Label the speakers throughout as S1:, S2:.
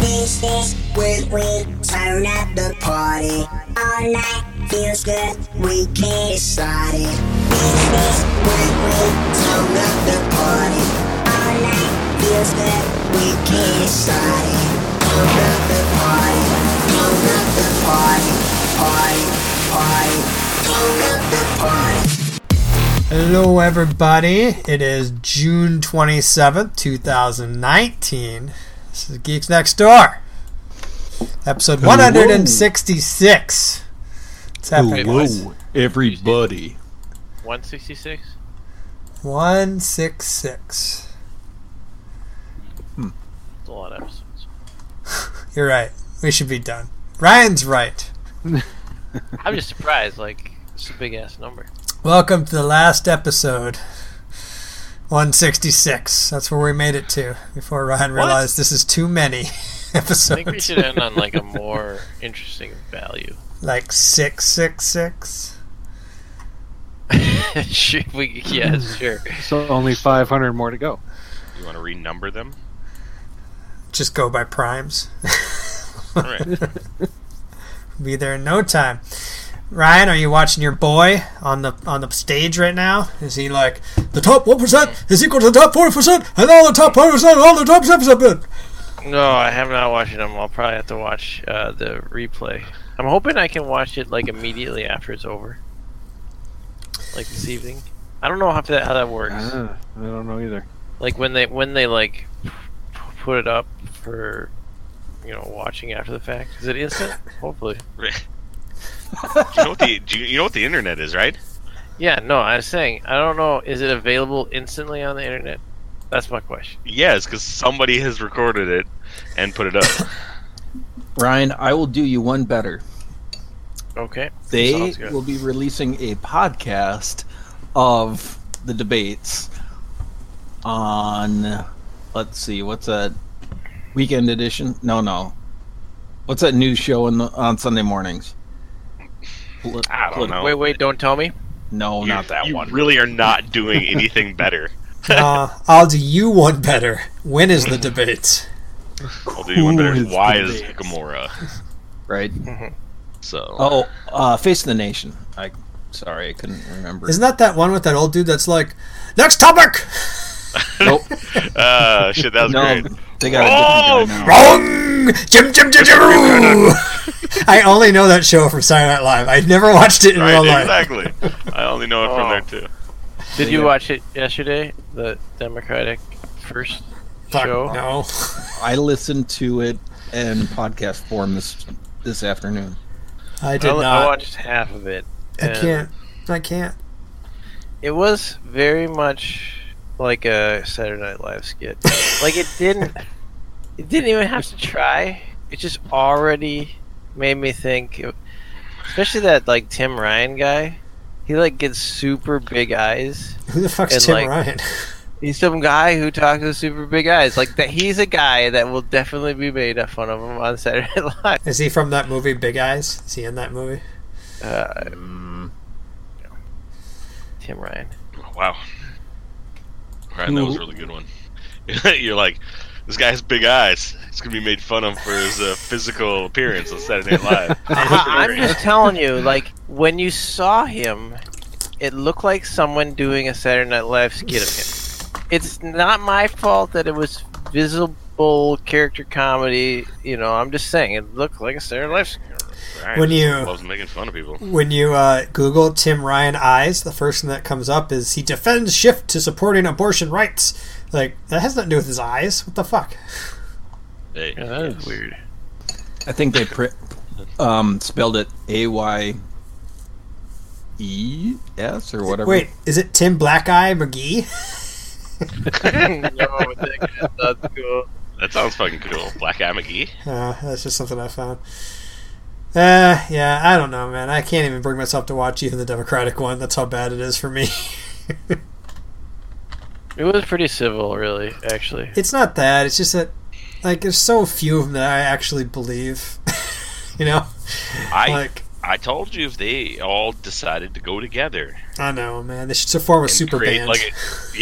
S1: finish this with weed. Turn up the party all night. Feels good. We can get started. Finish this with weed. Turn up the party all night. Feels good. We can get started. Turn up the party. Turn up the party. Party. Party. Turn up the party.
S2: Hello, everybody. It is June 27th, 2019. This is Geeks Next Door, episode 166. It's happening.
S3: Hello,
S4: boys.
S3: everybody.
S4: 166?
S2: 166.
S4: That's a lot of episodes.
S2: You're right. We should be done. Ryan's right.
S4: I'm just surprised. Like, it's a big ass number.
S2: Welcome to the last episode. 166. That's where we made it to before Ryan
S4: What?
S2: realized this is too many episodes.
S4: I think we should end on like a more interesting value.
S2: like 666.
S4: should we? Yeah, sure.
S3: So only 500 more to go.
S5: You want to renumber them?
S2: Just go by primes.
S5: All right.
S2: be there in no time. Ryan, are you watching your boy on the on the stage right now? Is he like the top one percent is equal to the top forty percent and all the top forty percent, all the top seven percent?
S4: No, I have not watched them. I'll probably have to watch uh, the replay. I'm hoping I can watch it like immediately after it's over, like this evening. I don't know how that how that works.
S3: Ah, I don't know either.
S4: Like when they when they like p- put it up for you know watching after the fact. Is it instant? Hopefully.
S5: you know what the do you, you know what the internet is, right?
S4: Yeah, no, I was saying, I don't know, is it available instantly on the internet? That's my question.
S5: Yes, because somebody has recorded it and put it up.
S6: Ryan, I will do you one better.
S4: Okay.
S6: They
S4: Sounds good.
S6: will be releasing a podcast of the debates on, let's see, what's that? Weekend edition? No, no. What's that news show on, the, on Sunday mornings? Poli-
S5: I don't
S6: poli-
S5: know.
S4: Wait, wait, don't tell me.
S6: No,
S5: You-
S6: not that
S5: you
S6: one.
S5: Really, are not doing anything better.
S2: Uh, I'll do you one better. When is the debate?
S5: I'll do you one better.
S3: Who is
S5: Why
S3: the
S5: is
S3: best?
S5: Gamora?
S6: right?
S5: So
S6: Oh, uh, Face of the Nation. I Sorry, I couldn't remember.
S2: Isn't that that one with that old dude that's like, next topic?
S6: nope.
S5: uh, shit, that was
S6: no,
S5: great.
S6: they got
S4: Oh!
S6: a different guy now.
S2: Wrong, Jim, Jim, Jim, Jim. I only know that show from Saturday Night Live. I never watched it in real
S5: Right,
S2: life.
S5: exactly. I only know it from
S4: Oh.
S5: there too.
S4: Did you
S6: Yeah.
S4: watch it yesterday? The Democratic first
S2: Fuck,
S4: show?
S2: no.
S6: I listened to it in podcast form this this afternoon.
S2: I oh,
S4: I,
S2: did
S4: I
S2: not.
S4: watched half of it.
S2: I
S4: and
S2: can't. I can't.
S4: It was very much like a Saturday Night Live skit. like it didn't it didn't even have to try. It just already made me think especially that like Tim Ryan guy. He like gets super big eyes.
S2: Who the fuck's
S4: And,
S2: Tim
S4: like,
S2: Ryan?
S4: He's some guy who talks with super big eyes. Like that, he's a guy that will definitely be made fun of him on Saturday Night Live.
S2: Is he from that movie Big Eyes? Is he in that movie?
S4: Uh, Tim Ryan.
S5: Wow. Ryan, that was a really good one. You're like, this guy has big eyes. He's gonna be made fun of for his uh, physical appearance on Saturday Night Live.
S4: I, I'm just telling you, like when you saw him, it looked like someone doing a Saturday Night Live skit of him. It's not my fault that it was visible character comedy. You know, I'm just saying it looked like a Saturday Night Live. skit.
S5: Ryan
S2: When
S5: just
S2: you-
S5: loves making fun of people.
S2: When you uh, Google Tim Ryan eyes, the first thing that comes up is he defends shift to supporting abortion rights. Like that has nothing to do with his eyes. What the fuck?
S5: Hey,
S4: Yeah, that is weird.
S6: I think they pri- um, spelled it A Y E S or whatever.
S2: Wait, is it Tim Black Eye McGee?
S4: no, that guy's not cool.
S5: that sounds fucking cool. Black E? Eye McGee.
S2: Uh, that's just something I found. Uh, yeah, I don't know, man. I can't even bring myself to watch even the Democratic one. That's how bad it is for me.
S4: It was pretty civil, really. Actually,
S2: It's not that. It's just that, like, there's so few of them that I actually believe. you know,
S5: I
S2: like
S5: I told you if they all decided to go together
S2: I know, man. They should form a
S5: and
S2: super
S5: create
S2: band.
S5: like a,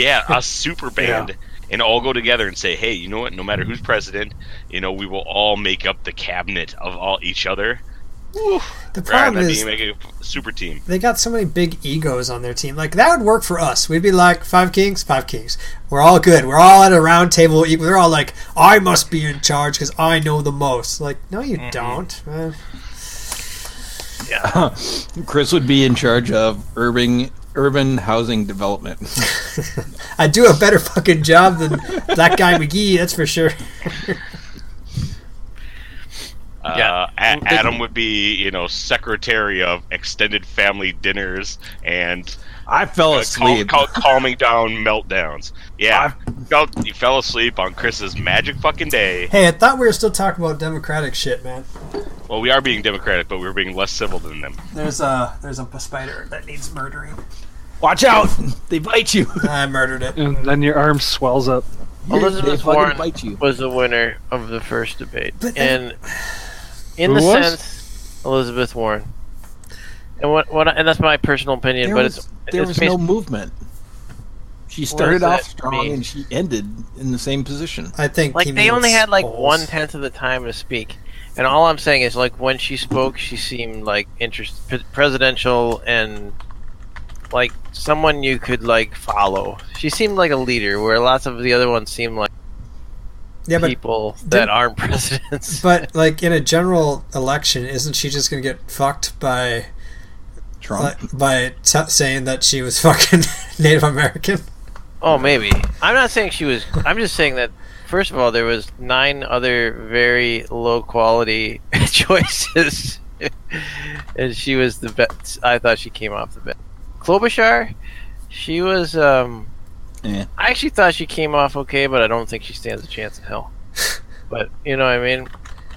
S5: yeah, a super band and all go together and say, "Hey, you know what? No matter who's president, you know, we will all make up the cabinet of all each other."
S2: The problem
S5: Right? I think
S2: is
S5: you make a super team.
S2: they got so many big egos on their team. Like that would work for us. We'd be like five kings, five kings. We're all good. We're all at a round table. we are all like, I must be in charge because I know the most. Like, no, you don't. man.
S6: Chris would be in charge of urban urban housing development.
S2: I do a better fucking job than that guy McGee. That's for sure.
S5: Uh, A- Adam would be, you know, secretary of extended family dinners and
S6: I fell
S5: uh, cal-
S6: asleep.
S5: cal- calming down meltdowns. Yeah, fell, you fell asleep on Chris's magic fucking day.
S2: Hey, I thought we were still talking about democratic shit, man.
S5: Well, we are being democratic, but we're being less civil than them.
S2: There's a there's a spider that needs murdering.
S6: Watch out! They bite you.
S2: I murdered it.
S3: And then your arm swells up.
S6: they
S4: Elizabeth
S6: fucking
S4: Warren
S6: bite you.
S4: was the winner of the first debate,
S2: But-
S4: and in
S3: Who
S4: the
S3: was?
S4: sense, Elizabeth Warren. And what? What? And that's my personal opinion,
S6: There
S4: but
S6: was,
S4: it's
S6: there
S4: it's
S6: was
S4: based-
S6: no movement. She started
S4: does
S6: off
S4: that
S6: strong
S4: mean?
S6: and she ended in the same position.
S2: I think he
S4: like they
S2: means
S4: only had like
S2: holes.
S4: one tenth of the time to speak. And all I'm saying is like when she spoke, she seemed like interest pre- presidential and like someone you could like follow. She seemed like a leader, where lots of the other ones seem like
S2: yeah, but
S4: people
S2: didn't-
S4: that aren't presidents.
S2: But like in a general election, isn't she just gonna get fucked by
S6: Trump.
S2: like, by t- saying that she was fucking Native American?
S4: Oh, maybe. I'm not saying she was. I'm just saying that first of all, there was nine other very low quality choices, and she was the best. I thought she came off the best. Klobuchar, she was. Um,
S6: Eh.
S4: I actually thought she came off okay, but I don't think she stands a chance in hell. but you know, what I mean,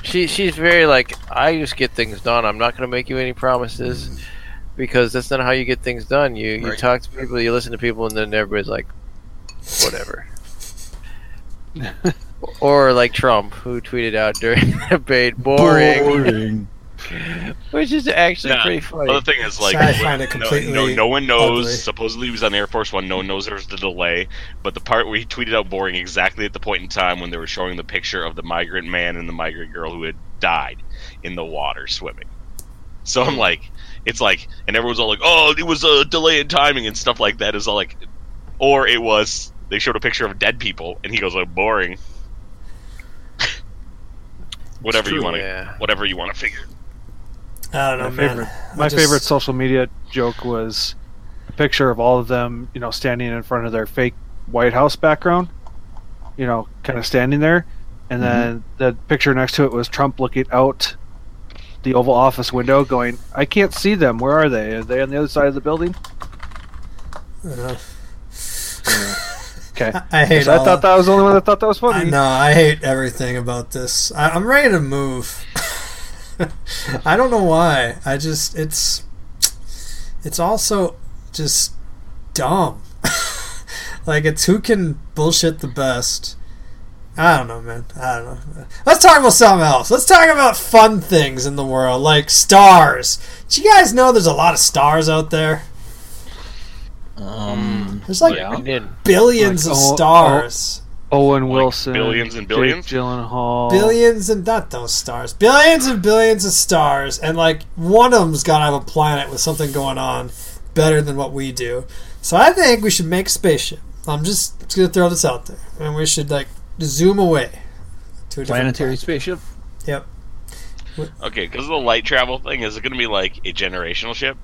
S4: she she's very like I just get things done. I'm not going to make you any promises. Because that's not how you get things done. You you
S6: Right.
S4: talk to people, you listen to people, and then everybody's like, whatever. or like Trump, who tweeted out during the debate, boring, which is actually
S5: Yeah.
S4: pretty funny.
S5: Other thing is like
S2: I find it
S5: no-
S2: completely
S5: no, no, one knows.
S2: ugly.
S5: Supposedly he was on Air Force One. No one knows there was the delay. But the part where he tweeted out boring exactly at the point in time when they were showing the picture of the migrant man and the migrant girl who had died in the water swimming. So I'm like, it's like, and everyone's all like, oh, it was a delay in timing and stuff like that. Is all like, or it was they showed a picture of dead people and he goes like boring. whatever you
S4: true.
S5: want to,
S4: Yeah.
S5: whatever you want to figure.
S2: I don't know,
S3: My
S2: man.
S3: favorite,
S2: I
S3: my
S2: just-
S3: favorite social media joke was a picture of all of them, you know, standing in front of their fake White House background, you know, kind of standing there, and
S2: Mm-hmm.
S3: then the picture next to it was Trump looking out the Oval Office window, going, "I can't see them. Where are they? Are they on the other side of the building?"
S2: Uh,
S3: Okay.
S2: I, I hate.
S3: So I
S2: all
S3: thought that was the only one that thought that was
S2: I
S3: funny.
S2: know. I hate everything about this. I, I'm ready to move. I don't know why. I just it's it's also just dumb. like it's who can bullshit the best. I don't know, man. I don't know. Let's talk about something else. Let's talk about fun things in the world, like stars. Did you guys know there's a lot of stars out there?
S6: Um,
S2: There's like
S5: Yeah.
S4: I did.
S2: billions
S3: Like,
S2: of
S3: oh, oh.
S2: stars.
S3: Owen Wilson,
S5: billions and billions?
S3: Jake Gyllenhaal,
S2: billions and not those stars billions and billions of stars and like one of them's gotta have a planet with something going on better than what we do so i think we should make a spaceship i'm just gonna throw this out there and we should like zoom away to a different
S6: planetary
S2: planet.
S6: spaceship.
S2: yep
S5: Okay, because of the light travel thing, is it going to be like a generational ship?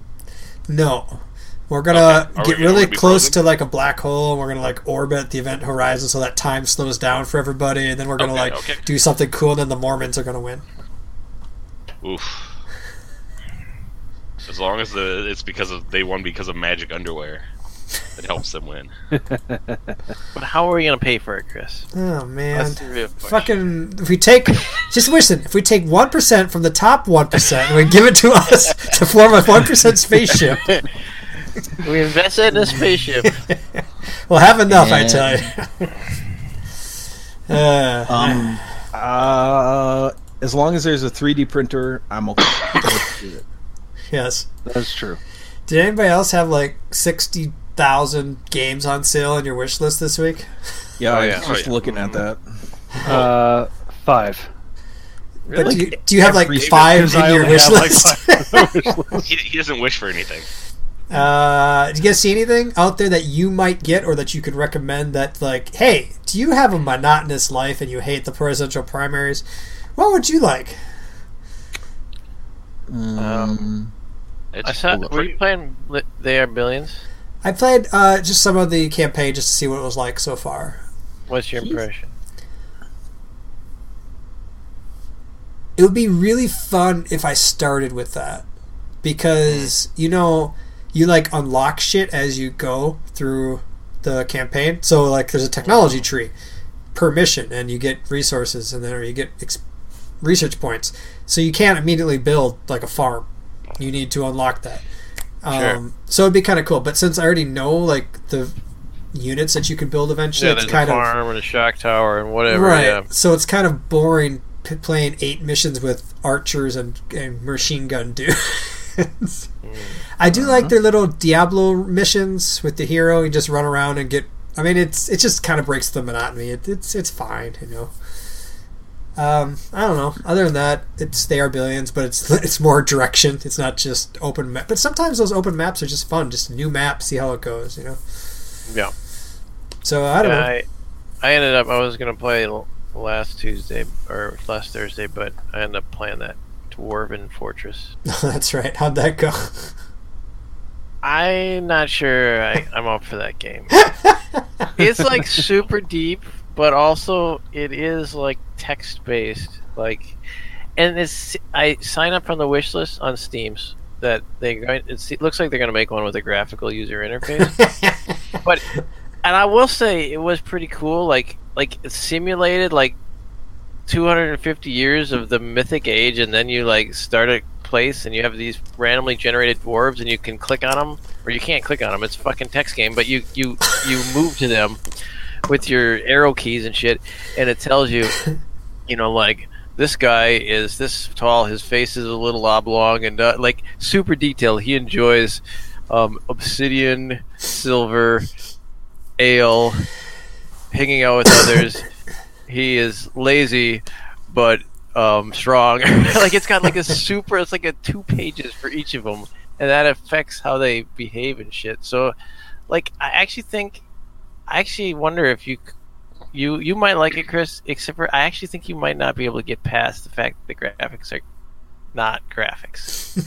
S2: no we're gonna
S5: Okay. Are we
S2: get
S5: gonna
S2: really
S5: be
S2: close to
S5: frozen?
S2: like a black hole and we're gonna like orbit the event horizon so that time slows down for everybody and then we're gonna
S5: Okay,
S2: like
S5: okay.
S2: do something cool and then the mormons are gonna win
S5: Oof. As long as the, it's because of they won because of magic underwear, it helps them win.
S4: But how are we going to pay for it, Chris?
S2: oh man
S4: That's the real question.
S2: Fucking, if we take, just listen, if we take 1% from the top 1% and we give it to us to form a 1% spaceship,
S4: We invested in a spaceship.
S2: we'll have enough, I
S6: Yeah.
S2: tell you. Uh,
S6: Um, uh, as long as there's a 3D printer, I'm okay. Let's do it.
S2: yes.
S3: That's true.
S2: Did anybody else have like 60,000 games on sale on your wish list this week?
S6: Yeah,
S5: Oh,
S6: I was
S5: yeah. Oh,
S6: just
S5: yeah.
S6: looking at that.
S3: Uh, five.
S2: But
S6: Like,
S2: do you, do you have like
S6: every-
S2: five
S3: 'Cause
S2: in
S3: I
S2: your
S3: only
S2: wish
S3: have, like,
S2: list?
S3: five on my wish list.
S5: He, he doesn't wish for anything.
S2: uh, did you guys see anything out there that you might get or that you could recommend that like, hey, do you have a monotonous life and you hate the presidential primaries? What would you like?
S6: Um,
S5: It's
S4: I saw.
S5: pretty-
S4: Were you playing? Li- They are billions.
S2: I played uh, just some of the campaign just to see what it was like so far.
S4: What's your
S6: Jeez.
S4: impression?
S2: It would be really fun if I started with that
S4: Mm.
S2: because you know you like unlock shit as you go through the campaign. So like there's a technology tree per mission, and you get resources, and then or you get ex- research points. So you can't immediately build like a farm. You need to unlock that. Um,
S4: Sure.
S2: So it'd be kind of cool. But since I already know like the units that you can build eventually,
S4: yeah,
S2: it's
S4: there's
S2: kind
S4: a
S2: of
S4: farm and a shock tower and whatever.
S2: Right.
S4: Yeah.
S2: So it's kind of boring p- playing eight missions with archers and, and machine gun dudes. I do like their little Diablo missions with the hero. You just run around and get. I mean, it's it just kind of breaks the monotony. It, it's it's fine, you know. Um, I don't know. Other than that, it's they are billions, but it's it's more direction. It's not just open map. But sometimes those open maps are just fun. Just new map, see how it goes, you know.
S4: Yeah.
S2: So I don't
S4: Yeah,
S2: know.
S4: I, I ended up. I was gonna play l- last Tuesday or last Thursday, but I ended up playing that Dwarven Fortress.
S2: That's right. How'd that go?
S4: I'm not sure. I, I'm up for that game. it's like super deep, but also it is like text based. Like, and it's I sign up on the wish list on Steam's that they going. it's- It looks like they're going to make one with a graphical user interface. but and I will say it was pretty cool. Like like it simulated like 250 years of the mythic age, and then you like start a place and you have these randomly generated dwarves, and you can click on them or you can't click on them. It's a fucking text game, but you you you move to them with your arrow keys and shit, and it tells you, you know, like. This guy is this tall. His face is a little oblong and uh, like super detailed. He enjoys um, obsidian, silver, ale, hanging out with others. he is lazy, but um, strong. like it's got like a super. It's like a two pages for each of them, and that affects how they behave and shit. So, like, I actually think, I actually wonder if you. c- You you might like it, Chris. Except for I actually think you might not be able to get past the fact that the graphics are not graphics,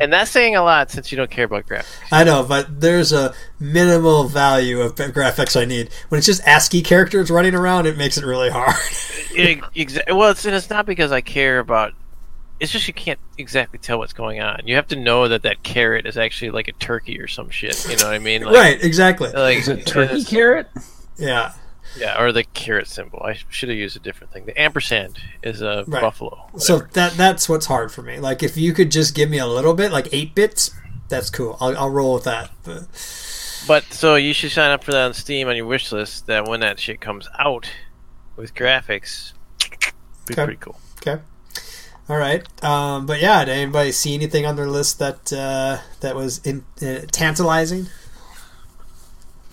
S4: and that's saying a lot since you don't care about graphics.
S2: I know, but there's a minimal value of graphics I need. When it's just ASCII characters running around, it makes it really hard.
S4: Ex- exa- well, it's, and it's not because I care about. It's just you can't exactly tell what's going on. You have to know that that carrot is actually like a turkey or some shit. You know what I mean? Like, uh,
S2: right, exactly.
S4: Like,
S6: is it turkey
S4: it's-
S6: carrot?
S2: yeah,
S4: Yeah, or the carrot symbol. I should have used a different thing. The ampersand is a
S2: Right.
S4: buffalo.
S2: so
S4: whatever.
S2: that that's what's hard for me. Like if you could just give me a little bit, like eight bits, that's cool. I'll, I'll roll with that. But
S4: but so you should sign up for that on Steam on your wish list. That when that shit comes out with graphics, be
S2: Okay.
S4: pretty cool.
S2: okay, all right. Um, but yeah, did anybody see anything on their list that uh, that was in, uh, tantalizing?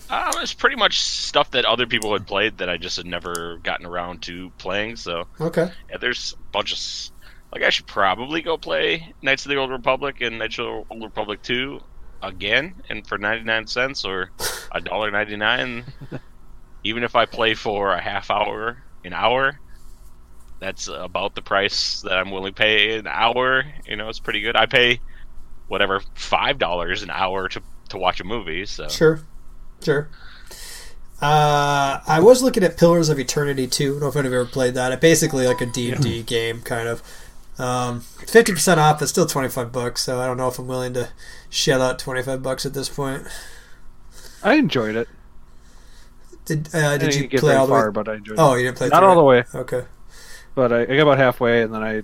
S5: Um, it's pretty much stuff that other people had played that I just had never gotten around to playing. So
S2: Okay,
S5: yeah, there's a bunch of s- like I should probably go play Knights of the Old Republic and Knights of the Old Republic Two again, and for ninety nine cents or a dollar ninety nine, even if I play for a half hour, an hour, that's about the price that I'm willing to pay an hour. You know, it's pretty good. I pay whatever five dollars an hour to to watch a movie. So
S2: sure, sure. Uh, I was looking at Pillars of Eternity too. I don't know if I've ever played that. It's basically like a D and D game, kind of. Um, fifty percent off, but still twenty five bucks. So I don't know if I'm willing to shell out twenty five bucks at this point.
S3: I enjoyed it.
S2: Did uh,
S3: I
S2: did
S3: didn't
S2: you
S3: get
S2: play
S3: very
S2: all the way?
S3: far, but I enjoyed
S2: Oh, you didn't play
S3: it. Not
S2: through
S3: all
S2: it.
S3: the way,
S2: Okay.
S3: but I, I got about halfway, and then I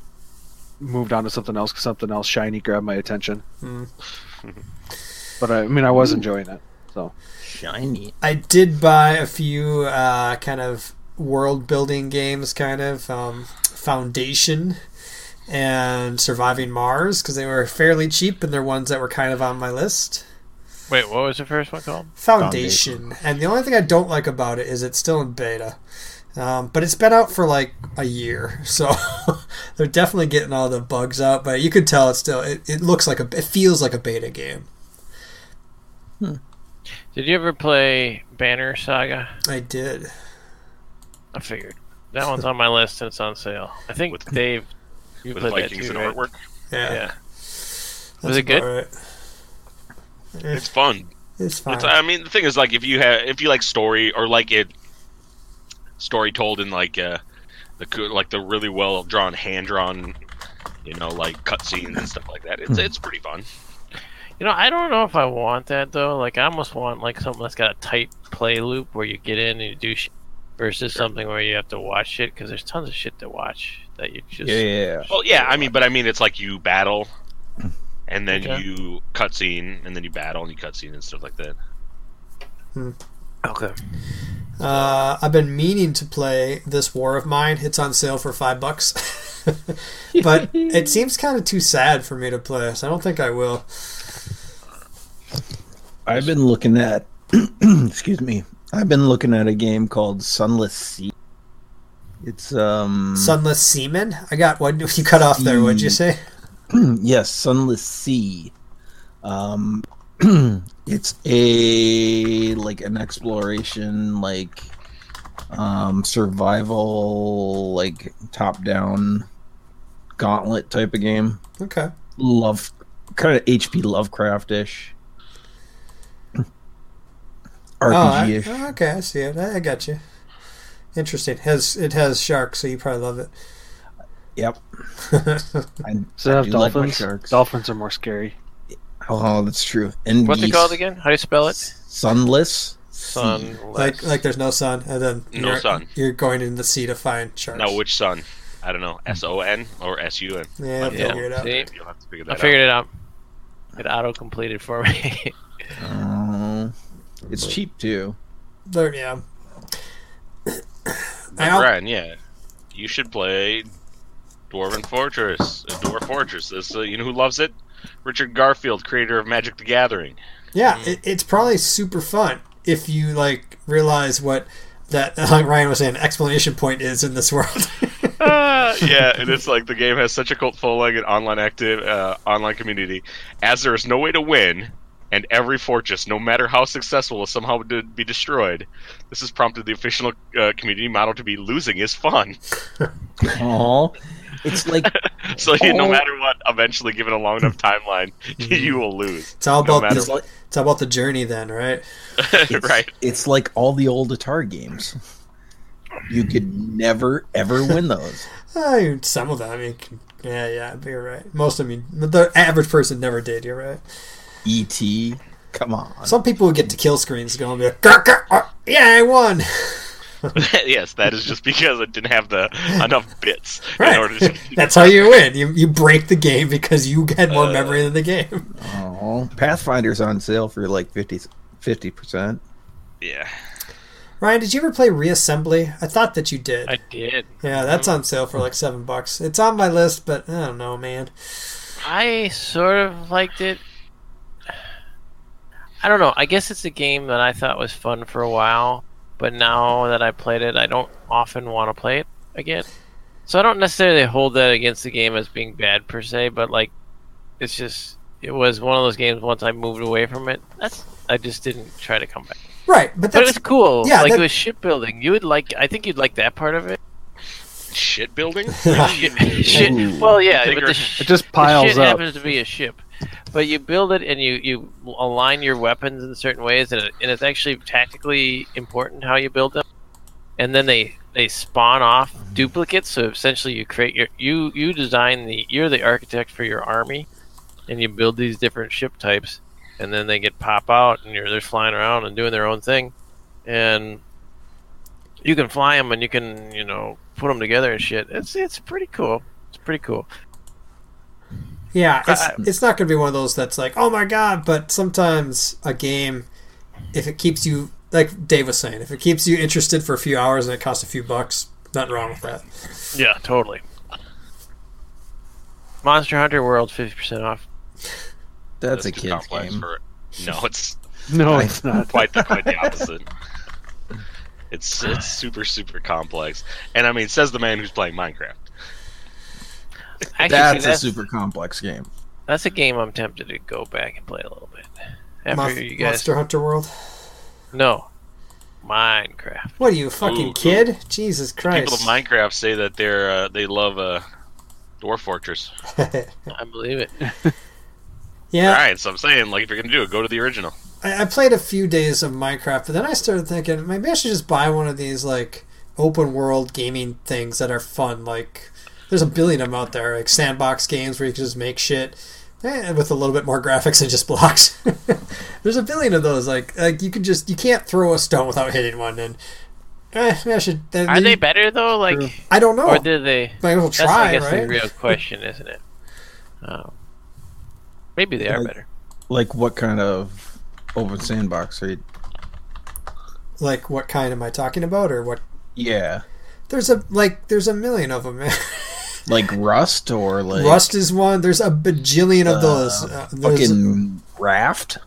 S3: moved on to something else because something else shiny grabbed my attention.
S2: Hmm.
S3: but I, I mean, I was enjoying it.
S6: Shiny.
S2: I did buy a few uh, kind of world building games, kind of um, Foundation and Surviving Mars because they were fairly cheap and they're ones that were kind of on my list.
S4: Wait, what was the first one called?
S2: Foundation. And the only thing I don't like about it is it's still in beta. Um, but it's been out for like a year, so they're definitely getting all the bugs out. But you can tell it's still it, it looks like a it feels like a beta game.
S4: Did you ever play Banner Saga?
S2: I did.
S4: I figured that one's on my list and it's on sale. I think with Dave, you
S5: with
S4: played
S5: Vikings
S4: that
S5: and
S4: too, right?
S5: artwork.
S2: Yeah.
S4: Yeah.
S2: that's
S4: Was it good?
S2: about right.
S5: It's
S2: It's,
S5: fun.
S2: it's fine.
S5: It's, I mean, the thing is, like, if you have, if you like story or like it, story told in like uh, the coo- like the really well drawn, hand drawn, you know, like cutscenes and stuff like that.
S4: Hmm.
S5: It's it's pretty fun.
S4: You know, I don't know if I want that though. Like, I almost want like something that's got a tight play loop where you get in and you do shit, versus something where you have to watch shit because there's tons of shit to watch that you just
S6: Yeah, yeah,
S5: Well, yeah, I mean, but I mean, it's like you battle, and then
S4: Okay.
S5: you cutscene, and then you battle and you cutscene and stuff like that.
S4: okay.
S2: Uh, I've been meaning to play this War of Mine. It's on sale for five bucks, but it seems kind of too sad for me to play. So I don't think I will.
S6: I've been looking at. excuse me. I've been looking at a game called Sunless Sea. It's um.
S2: Sunless Seaman. I got one. You cut off there. What'd you say?
S6: yes, Sunless Sea. Um, it's a like an exploration, like um, survival, like top-down gauntlet type of game.
S2: Okay.
S6: Love, kind of HP Lovecraft-ish,
S2: Oh, I,
S6: RPG-ish.
S2: oh, okay. I see it. I, I got you. Interesting. Has it has sharks? So you probably love it.
S6: Yep. I,
S3: Does it
S6: I
S3: have
S6: do like my
S3: dolphins?
S6: sharks.
S3: dolphins are more scary.
S6: oh, that's true. And
S4: What's it
S6: geese.
S4: called again? How do you spell it?
S6: Sunless. Sea.
S4: Sun.
S2: like like there's no sun, and then
S5: No
S2: you're,
S5: sun.
S2: You're going in the sea to find sharks.
S5: Now, which son? I don't know. S O N or S U N.
S2: yeah,
S5: Yeah.
S2: figure it out.
S4: See,
S5: You'll have to figure that
S4: I
S5: out.
S4: figured it out. It auto completed for me.
S6: Oh, it's cheap too.
S2: There, yeah.
S5: But
S2: I, al-
S5: Brian, yeah, you should play Dwarven Fortress. uh, Dwarf Fortress. This, uh, you know who loves it? Richard Garfield, creator of Magic: The Gathering.
S2: yeah,
S5: Mm-hmm.
S2: it, it's probably super fun if you like realize what that like Ryan was saying explanation point is in this world.
S5: Uh, yeah, and it's like the game has such a cult following and online active uh, online community, as there is no way to win, and every fortress, no matter how successful, will somehow d- be destroyed. This has prompted the official uh, community motto to be "Losing is fun."
S6: Oh, it's like
S5: So you, no
S6: Oh.
S5: matter what, eventually, given a long enough timeline, you will lose,
S2: It's all
S5: No
S2: about
S5: matter
S2: the,
S6: what.
S2: it's all about the journey, then, right?
S6: it's,
S5: right?
S6: It's like all the old Atari games. You could never ever win those.
S2: Uh, you- some of them, I mean, c- yeah, yeah, but you're right. Most of them, you- the average person never did. You're right.
S6: E.T. E Come on.
S2: Some people would get to kill screens going, be like, "Grr, grr, grr, yeah, I won.
S5: yes, that is just because it didn't have the enough bits in order to.
S2: Right. That's how you win. You you break the game because you had
S5: Uh.
S2: more memory than the game.
S6: Oh, Pathfinder's on sale for like 50 percent.
S5: yeah,
S2: Ryan, did you ever play Reassembly? I thought that you did.
S4: I did.
S2: yeah, that's on sale for like seven bucks. It's on my list, but I don't know, man.
S4: I sort of liked it. I don't know. I guess it's a game that I thought was fun for a while, but now that I played it, I don't often want to play it again. So I don't necessarily hold that against the game as being bad per se, but like, it's just it was one of those games. Once I moved away from it, that's I just didn't try to come back.
S2: Right, but
S4: But it
S2: that's
S4: was cool.
S2: yeah,
S4: like
S2: that-
S4: it was shipbuilding. You would like. I think you'd like that part of it.
S5: shit building.
S4: Shit. Well, yeah, but the sh-
S3: It just piles
S4: shit
S3: up.
S4: happens to be a ship, but you build it and you you align your weapons in certain ways, and, it, and it's actually tactically important how you build them. And then they they spawn off duplicates, so essentially you create your you you design the you're the architect for your army, and you build these different ship types, and then they get pop out, and you're they're flying around and doing their own thing, and you can fly them and you can you know put them together and shit. It's it's pretty cool. It's pretty cool.
S2: Yeah, it's,
S4: I-
S2: it's not going to be one of those that's like, oh my god, but sometimes a game, if it keeps you, like Dave was saying, if it keeps you interested for a few hours and it costs a few bucks, nothing wrong with that.
S4: Yeah, totally. Monster Hunter World, fifty percent off.
S6: That's a
S5: too
S6: kid's
S5: complex
S6: game.
S5: for- no, it's
S3: No, it's not.
S5: quite the quite the opposite. It's it's super super complex, and I mean, says the man who's playing Minecraft.
S4: Actually,
S6: that's,
S4: that's
S6: a super complex game.
S4: That's a game I'm tempted to go back and play a little bit. After
S2: Monst-
S4: you guys,
S2: Monster Hunter World.
S4: no, Minecraft.
S2: What are you, a fucking
S5: Ooh.
S2: kid? Jesus Christ.
S5: People of Minecraft say that they're uh, they love uh, Dwarf Fortress.
S4: I believe it.
S2: yeah,
S5: All right, so I'm saying like if you're gonna do it, go to the original.
S2: I, I played a few days of Minecraft, but then I started thinking maybe I should just buy one of these like open world gaming things that are fun. Like there's a billion of them out there, like sandbox games where you can just make shit eh, with a little bit more graphics and just blocks. there's a billion of those. Like like you can just you can't throw a stone without hitting one. And eh, I should. that-
S4: Are they better though? Like,
S2: I don't know.
S4: or did they?
S2: Might as well
S4: That's I
S2: try,
S4: guess
S2: right?
S4: the real question, isn't it? Um, maybe they are
S6: Like-
S4: better.
S6: Like, what kind of open sandbox are you?
S2: Like what kind am I talking about, or what?
S6: Yeah,
S2: There's a like there's a million of them. Man.
S6: like Rust or like
S2: Rust is one. There's a bajillion of those. Uh, there's-
S6: fucking Raft.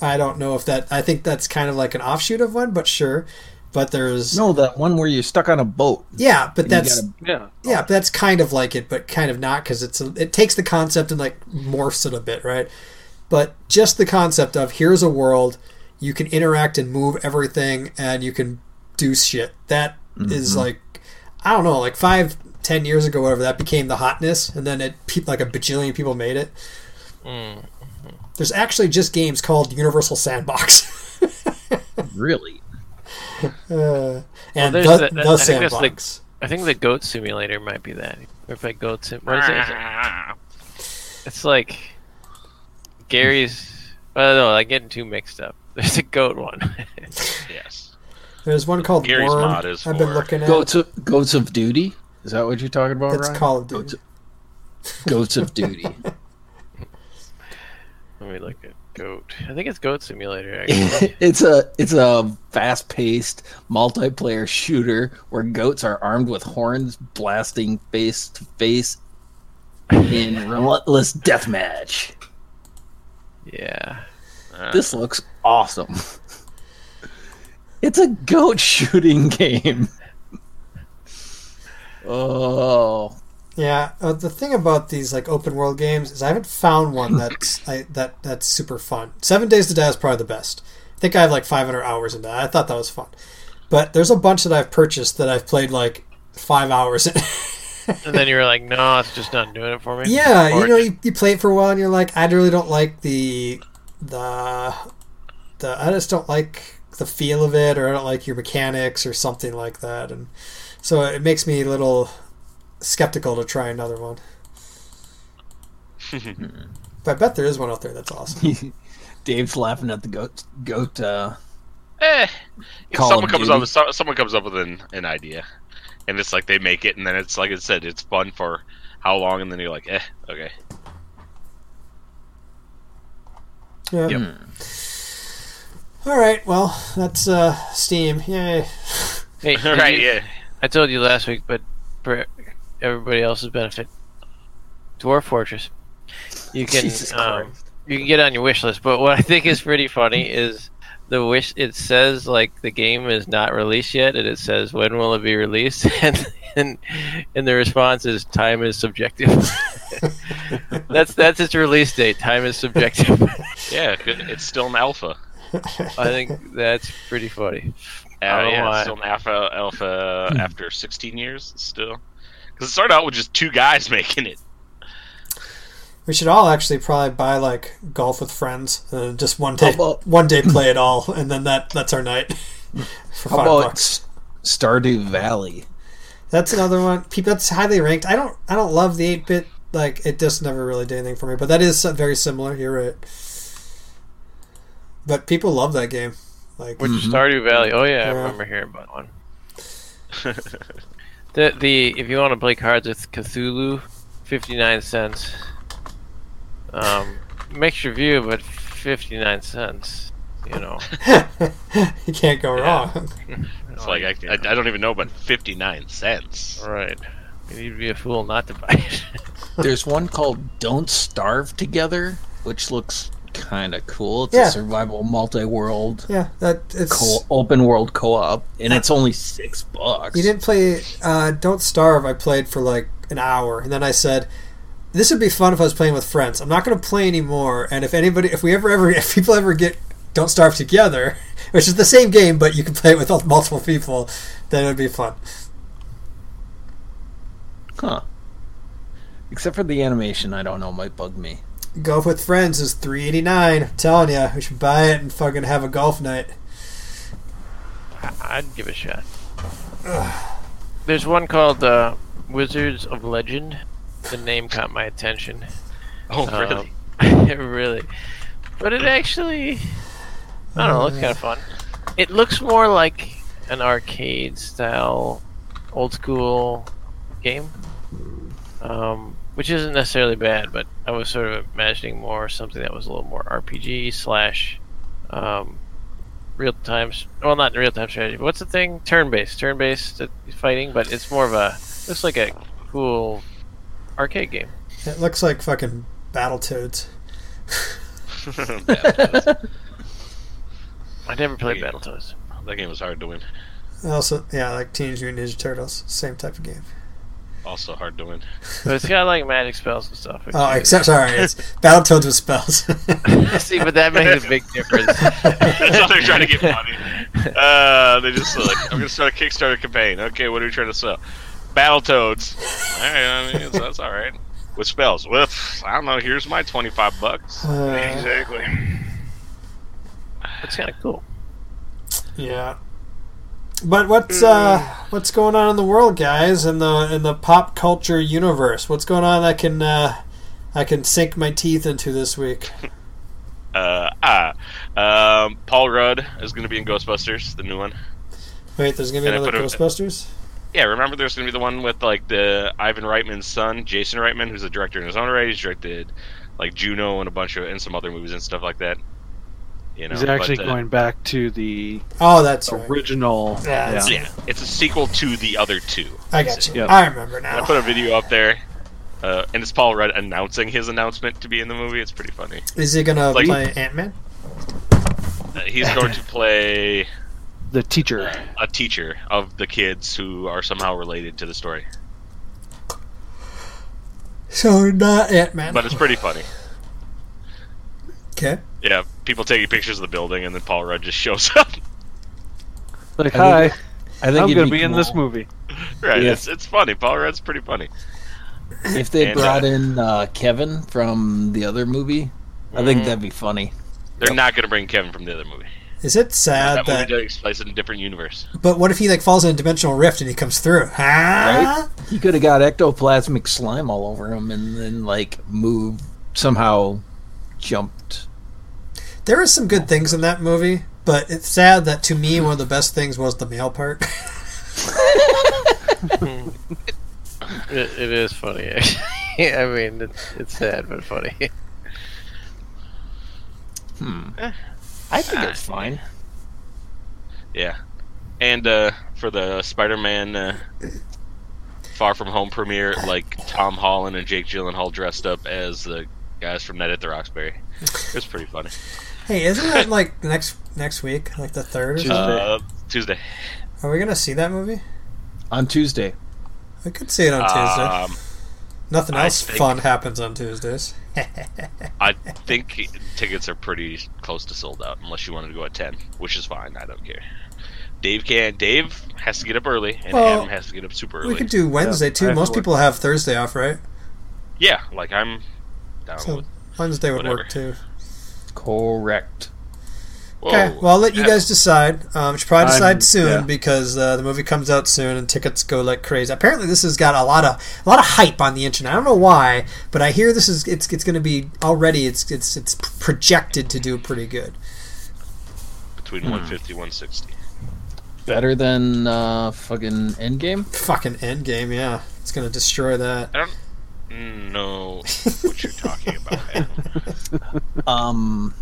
S2: I don't know if that. I think that's kind of like an offshoot of one, but sure. But there's
S6: No, that one where you're stuck on a boat.
S2: yeah, but
S6: You
S2: that's
S6: gotta-
S3: Yeah.
S2: yeah, but that's kind of like it, but kind of not because it's a, it takes the concept and like morphs it a bit, right? But just the concept of here's a world you can interact and move everything, and you can do shit. That is
S6: Mm-hmm.
S2: like I don't know, like five, ten years ago, whatever. That became the hotness, and then it pe- like a bajillion people made it. There's actually just games called Universal Sandbox.
S6: really.
S2: Uh, and
S4: there's
S2: the,
S4: that- that-
S2: the
S4: I think that's
S2: sandbox.
S4: the- I think the Goat Simulator might be that. Or if I Goat Sim, what is it? It's-
S5: That's
S4: It's like Gary's. Oh no, I'm getting too mixed up. There's a goat one.
S5: Yes.
S2: There's one called
S5: Gary's
S2: Worm.
S5: mod is
S2: I've been
S5: for-
S2: looking at.
S6: Goats of Goats of Duty. Is that what you're talking about?
S2: It's
S6: Ryan?
S2: Call of
S6: Goats
S2: Duty.
S6: of- Goats of Duty.
S4: Let me look at goat. I think it's Goat Simulator. Actually.
S6: it's a it's a fast paced multiplayer shooter where goats are armed with horns blasting face to face in relentless deathmatch.
S4: yeah.
S6: This looks awesome. It's a goat shooting game. Oh,
S2: Yeah, uh, the thing about these like open world games is I haven't found one that's I, that that's super fun. Seven Days to Die is probably the best. I think I have like 500 hours into that. I thought that was fun, but there's a bunch that I've purchased that I've played like five hours. in.
S4: And then you were like, no, it's just not doing it for me.
S2: yeah,
S4: Or
S2: you know, you, you play it for a while and you're like, I really don't like the the the I just don't like the feel of it, or I don't like your mechanics, or something like that, and so it makes me a little skeptical to try another one. But I bet there is one out there that's awesome.
S6: Dave's laughing at the goat goat. Uh,
S5: Eh, if
S6: Call
S5: someone
S6: of
S5: comes
S6: Duty.
S5: up, so, someone comes up with an, an idea, and it's like they make it, and then it's like I said, it's fun for how long, and then you're like, eh, okay.
S2: Yeah. All right, well, that's uh, Steam. Yay.
S4: Hey,
S5: All
S4: right.
S5: right, yeah.
S4: I told you last week, but for everybody else's benefit, Dwarf Fortress. You can
S6: Jesus
S4: um,
S6: Christ.
S4: you can get on your wish list. But what I think is pretty funny is the wish. It says like the game is not released yet, and it says when will it be released, and and, and the response is time is subjective. that's that's its release date. Time is subjective.
S5: Yeah, good. it's still an alpha.
S4: I think that's pretty funny.
S5: Uh,
S4: I don't know
S5: yeah, it's
S4: why.
S5: still an alpha, alpha
S6: Hmm.
S5: after 16 years, still. Because it started out with just two guys making it.
S2: We should all actually probably buy like golf with friends, and then just one day,
S6: about-
S2: one day play it all, and then that that's our night. For
S6: how
S2: five
S6: about
S2: bucks.
S6: S- Stardew Valley?
S2: That's another one. People that's highly ranked. I don't I don't love the eight bit. Like it just never really did anything for me. But that is so- very similar. You're right. But people love that game. Like
S4: Which Stardew Valley? Oh yeah,
S2: Yeah.
S4: I remember hearing about that one. the the if you want to play cards with Cthulhu, fifty nine cents. Um, mixed review, but fifty nine cents. You know,
S2: you can't go
S4: Yeah.
S2: wrong.
S4: Oh,
S5: It's like, I, I, I don't even know about 59 cents.
S4: right? You'd be a fool not to buy it.
S6: There's one called Don't Starve Together, which looks kind of cool. It's
S2: Yeah.
S6: a survival multi-world
S2: Yeah, that it's
S6: co- open world co-op, and it's only six bucks.
S2: You didn't play uh, Don't Starve. I played for like an hour, and then I said, "This would be fun if I was playing with friends. I'm not going to play anymore. And if anybody, if we ever, ever, if people ever get Don't Starve together, which is the same game, but you can play it with all- multiple people, then it would be fun.
S6: huh? Except for the animation, I don't know, might bug me.
S2: Golf with friends is 389. I'm telling you, we should buy it and fucking have a golf night.
S4: I- I'd give it a shot. There's one called uh, Wizards of Legend. The name caught my attention.
S5: Oh,
S4: Um,
S5: really?
S4: really. But it actually, I don't know, it looks kind of fun. It looks more like an arcade style, old school game, um, which isn't necessarily bad. But I was sort of imagining more something that was a little more RPG slash um, real time. Well, not real time strategy. But what's the thing? Turn based, turn based fighting. But it's more of a looks like a cool arcade game.
S2: It looks like fucking Battletoads.
S5: that
S4: I never played
S5: Yeah.
S4: Battletoads.
S5: game was hard to win.
S2: Also, yeah, like Teenage Mutant Ninja Turtles, same type of game.
S5: Also hard to win.
S4: But it's got like magic spells and stuff. which
S2: Oh,
S4: is-
S2: except sorry, it's Battletoads with spells.
S4: see, but that makes a big difference.
S5: That's how they're trying to get money. Uh, they just like, I'm gonna start a Kickstarter campaign. Okay, what are we trying to sell? Battletoads. All right, I mean, that's all right. With spells. Well, pff, I don't know. Here's my 25 bucks.
S2: Uh.
S5: exactly.
S4: It's kind of cool.
S2: Yeah. But what's uh, what's going on in the world, guys? In the in the pop culture universe, what's going on? I can uh, I can sink my teeth into this week.
S5: Uh, ah. Um, Paul Rudd is gonna be in Ghostbusters, the new one.
S2: Wait, there's gonna be
S5: Can I
S2: another
S5: put a-
S2: Ghostbusters.
S5: Yeah, remember there's gonna be the one with like the Ivan Reitman's son, Jason Reitman, who's a director in his own right. He's directed like Juno and a bunch of and some other movies and stuff like that. You know,
S3: He's actually
S5: but, uh,
S3: going back to the
S2: Oh, that's right.
S3: original.
S2: Yeah, it's-
S5: Yeah, it's a sequel to the other two.
S2: I got you.
S3: Yeah.
S2: I remember now.
S5: I put a video up there, uh, and it's Paul Rudd announcing his announcement to be in the movie. It's pretty funny.
S2: Is he gonna
S5: like-
S2: play Ant Man?
S5: Uh, he's going to play
S3: The teacher.
S5: a teacher of the kids who are somehow related to the story,
S2: So not Ant Man.
S5: but it's pretty funny.
S2: Okay.
S5: Yeah, people taking pictures of the building, and then Paul Rudd just shows up.
S3: Like,
S6: I
S3: hi,
S6: think- I think
S3: I'm
S6: it'd
S3: going to be in this
S6: cool
S3: movie.
S5: right?
S6: Yeah.
S5: It's it's funny. Paul Rudd's pretty funny.
S6: if they
S5: And,
S6: brought in uh, Kevin from the other movie. I think that'd be funny.
S5: They're not going to bring Kevin from the other movie.
S2: Is it sad
S5: that movie
S2: that?
S5: takes place in a different universe.
S2: But what if he like falls in a dimensional rift and he comes through? Huh?
S6: He could have got ectoplasmic slime all over him, and then like moved somehow, jumped.
S2: There are some good things in that movie, but it's sad that to me one of the best things was the male part.
S4: It, it is funny, actually. I mean, it, it's sad but funny.
S6: Hmm. Eh, I think it's fine.
S5: Yeah, and uh, for the Spider-Man uh, Far From Home premiere, like Tom Holland and Jake Gyllenhaal dressed up as the guys from Night at the Roxbury. It was pretty funny.
S2: Hey, isn't that like next next week, like the third? Or
S3: Tuesday.
S2: something?
S5: Uh, Tuesday.
S2: Are we gonna see that movie?
S6: On Tuesday,
S2: I could see it on Tuesday.
S5: Um,
S2: Nothing
S5: I
S2: else
S5: think-
S2: fun happens on Tuesdays.
S5: I think tickets are pretty close to sold out, unless you wanted to go at ten, which is fine. I don't care. Dave can. Dave has to get up early, and
S2: Well,
S5: Adam has to get up super
S2: we
S5: early.
S2: could do Wednesday
S3: I
S2: too.
S3: have to
S2: Most
S3: work.
S2: people have Thursday off, right?
S5: yeah, like I'm down
S2: So
S5: with.
S2: Wednesday would
S5: Whatever.
S2: work too.
S6: correct.
S5: Whoa.
S2: Okay, well I'll let you guys decide. Um, should probably decide
S3: I'm-
S2: soon
S3: yeah.
S2: because uh, the movie comes out soon and tickets go like crazy. Apparently, this has got a lot of a lot of hype on the internet. I don't know why, but I hear this is it's it's going to be already it's it's it's projected to do pretty good.
S5: between 150 160.
S6: Better than uh, fucking Endgame.
S2: Fucking Endgame, yeah, it's going to destroy that.
S5: I
S2: Hmm.
S5: don't know what you're talking about. man.
S6: Um,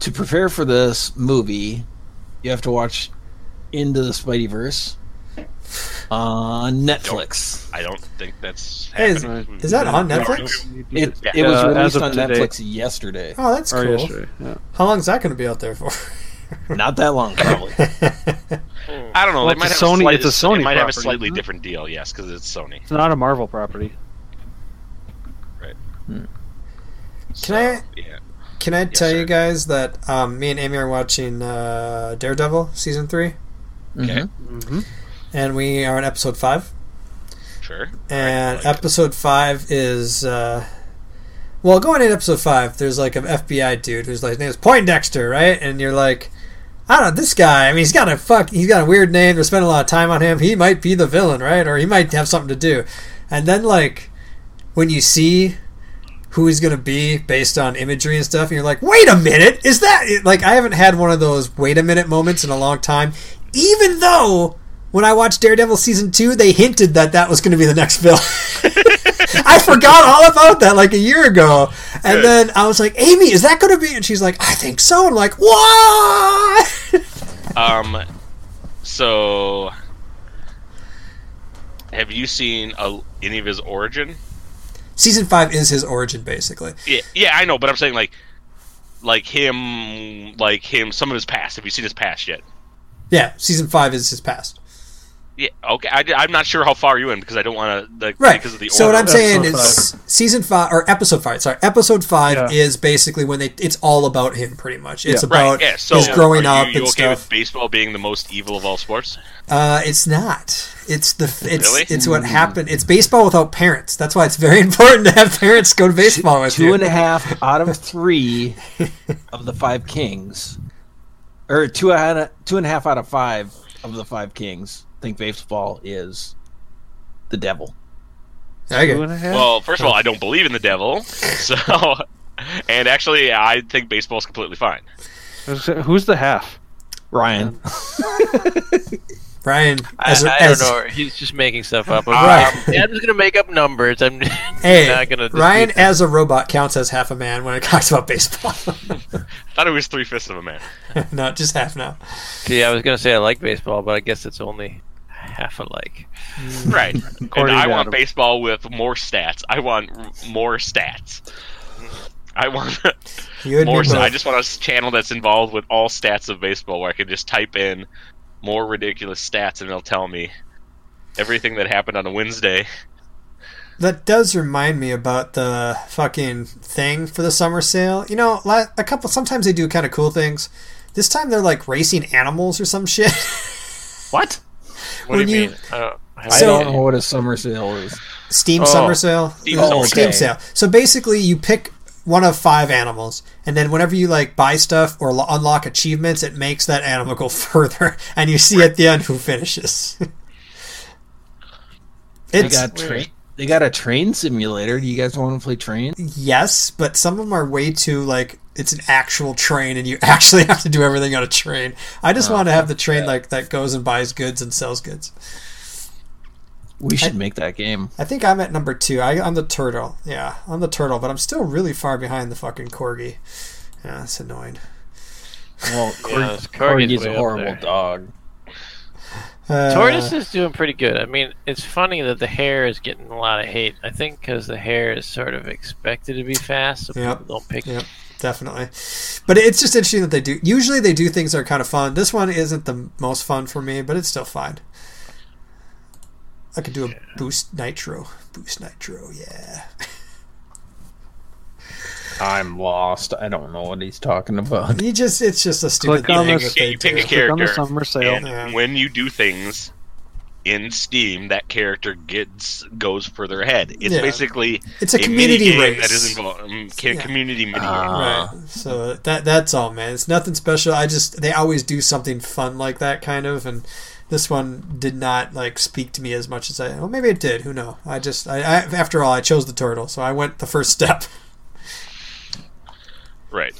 S6: to prepare for this movie, you have to watch Into the Spideyverse, on Netflix.
S5: I don't think that's.
S2: Hey, is-
S5: happening.
S2: is that on Netflix?
S6: It,
S5: Yeah.
S6: it was
S3: Uh, as
S6: released
S3: of
S6: on
S3: today.
S6: Netflix yesterday.
S2: Oh, that's
S3: Or
S2: cool.
S3: yesterday, yeah.
S2: How long's that going to be out there for?
S6: Not that long, probably.
S4: Hmm.
S5: I don't know.
S3: Well,
S5: they
S3: it's
S5: might
S3: a
S5: have
S3: Sony-
S5: A slight,
S3: it's a Sony
S5: They might have a
S3: property,
S5: slightly
S3: isn't it?
S5: different deal, yes, because it's Sony.
S3: It's not a Marvel property.
S5: So,
S2: I-
S5: Yeah.
S2: Can I tell you
S5: sir.
S2: guys that um, me and Amy are watching uh, Daredevil season three,
S5: Okay.
S6: Mhm.
S2: and we are on episode five.
S5: Sure.
S2: And
S5: like it.
S2: episode five is uh, well, going in episode five, there's like an FBI dude who's like his name is Poindexter, right? And you're like, I don't know, this guy. I mean, he's got a fuck, he's got a weird name. They're spending a lot of time on him. He might be the villain, right? Or he might have something to do. And then like when you see who he's gonna be based on imagery and stuff, and you're like, wait a minute, is that it?" like I haven't had one of those wait a minute moments in a long time, even though. When I watched Daredevil season two, they hinted that that was going to be the next film. I forgot all about that like a year ago. And
S5: Good.
S2: then I was like, Amy, is that going to be? And she's like, I think so. I'm like, what?
S5: Um, so have you seen a, any of his origin?
S2: Season five is his origin, basically.
S5: Yeah, yeah, I know, but I'm saying like, like him, like him, some of his past. Have you seen his past yet?
S2: Yeah, season five is his past.
S5: Yeah. Okay. I, am not sure how far you in because I don't want to like
S2: Right.
S5: because of the
S2: so what
S5: order.
S2: I'm saying is
S3: Episode
S2: season five or episode five. Sorry, episode five
S3: Yeah.
S2: is basically when they. It's all about him, pretty much. It's
S3: Yeah.
S2: about
S5: right. Yeah. So
S2: his growing
S5: are
S2: up
S5: you, you
S2: and
S5: okay
S2: stuff.
S5: with baseball being the most evil of all sports?
S2: Uh, it's not. It's the it's
S5: Really?
S2: it's
S6: Hmm.
S2: what happened. It's baseball without parents. That's why it's very important to have parents go to baseball with
S6: Two
S2: you.
S6: and a half out of three of the five kings, or two out of, two and a half out of five of the five kings think baseball is the devil.
S2: Okay.
S3: Two and a half?
S5: Well, first of all, I don't believe in the devil. So, and actually, I think baseball's completely fine.
S3: I was gonna say, Who's the half?
S6: Ryan,
S2: Brian,
S4: I,
S2: as,
S4: I
S2: as-
S4: don't know. He's just making stuff up. I'm,
S2: Right.
S4: I'm- I'm just gonna make up numbers. I'm
S2: Hey,
S4: not gonna. dispute
S2: Ryan
S4: that.
S2: as a robot counts as half a man when it talks about baseball,
S5: I thought it was three fifths of a man.
S2: not just half now.
S4: See, I was gonna say I like baseball, but I guess it's only half a like.
S5: Right. and
S3: According
S5: I
S3: to
S5: want
S3: Adam.
S5: baseball with more stats. I want r- more stats. I want
S2: You and
S5: more.
S2: me
S5: sta-
S2: both.
S5: I just want a s- channel that's involved with all stats of baseball, where I can just type in more ridiculous stats, and it'll tell me everything that happened on a Wednesday.
S2: That does remind me about the fucking thing for the summer sale. You know, la- a couple. Sometimes they do kind of cool things. This time they're like racing animals or some shit.
S6: what?
S4: What
S2: When
S4: do you,
S2: you-
S4: mean? I don't, I
S6: I
S2: So-
S6: don't know what a summer sale is.
S2: Steam
S4: Oh.
S2: summer sale.
S5: Steam
S2: Uh,
S5: summer
S2: Steam
S6: sale.
S2: sale. So basically, you pick one of five animals, and then whenever you like buy stuff or lo- unlock achievements, it makes that animal go further, and you see at the end who finishes.
S6: They
S2: it's
S6: got train. They got a train simulator. Do you guys want to play train?
S2: yes, but some of them are way too like it's an actual train, and you actually have to do everything on a train. I just want to have the train like that goes and buys goods and sells goods.
S6: We should make that game.
S2: I think I'm at number two. I, I'm the turtle. Yeah, I'm the turtle, but I'm still really far behind the fucking corgi. Yeah, that's annoying.
S6: Well,
S4: yeah,
S6: Corgi,
S4: it's
S6: Corgi's
S4: way
S6: a
S4: up
S6: horrible
S4: there.
S6: dog.
S2: Uh,
S4: Tortoise is doing pretty good. I mean, it's funny that the hare is getting a lot of hate. I think because the hare is sort of expected to be fast, so
S2: Yep.
S4: people don't pick.
S2: Yep, definitely. But it's just interesting that they do. Usually they do things that are kind of fun. This one isn't the most fun for me, but it's still fine. I could do a boost nitro. Boost nitro, yeah.
S6: I'm lost. I don't know what he's talking about.
S2: You just it's just a stupid
S3: Click on
S2: thing
S3: the-
S2: that
S5: You pick,
S2: they
S5: you pick
S2: do.
S5: a
S3: Click on the
S5: character,
S3: summer sale.
S5: and
S2: Yeah.
S5: when you do things in Steam, that character gets goes further ahead. It's
S2: Yeah.
S5: basically
S2: It's a
S5: mini
S2: community
S5: game
S2: race.
S5: that is involved. Um, ca-
S2: Yeah.
S5: Community mini
S6: Ah.
S2: Right. So that that's all, man. It's nothing special. I just they always do something fun like that kind of, and this one did not like speak to me as much as I. Well, maybe it did. Who know? I just I, I after all, I chose the turtle, so I went the first step.
S5: Right.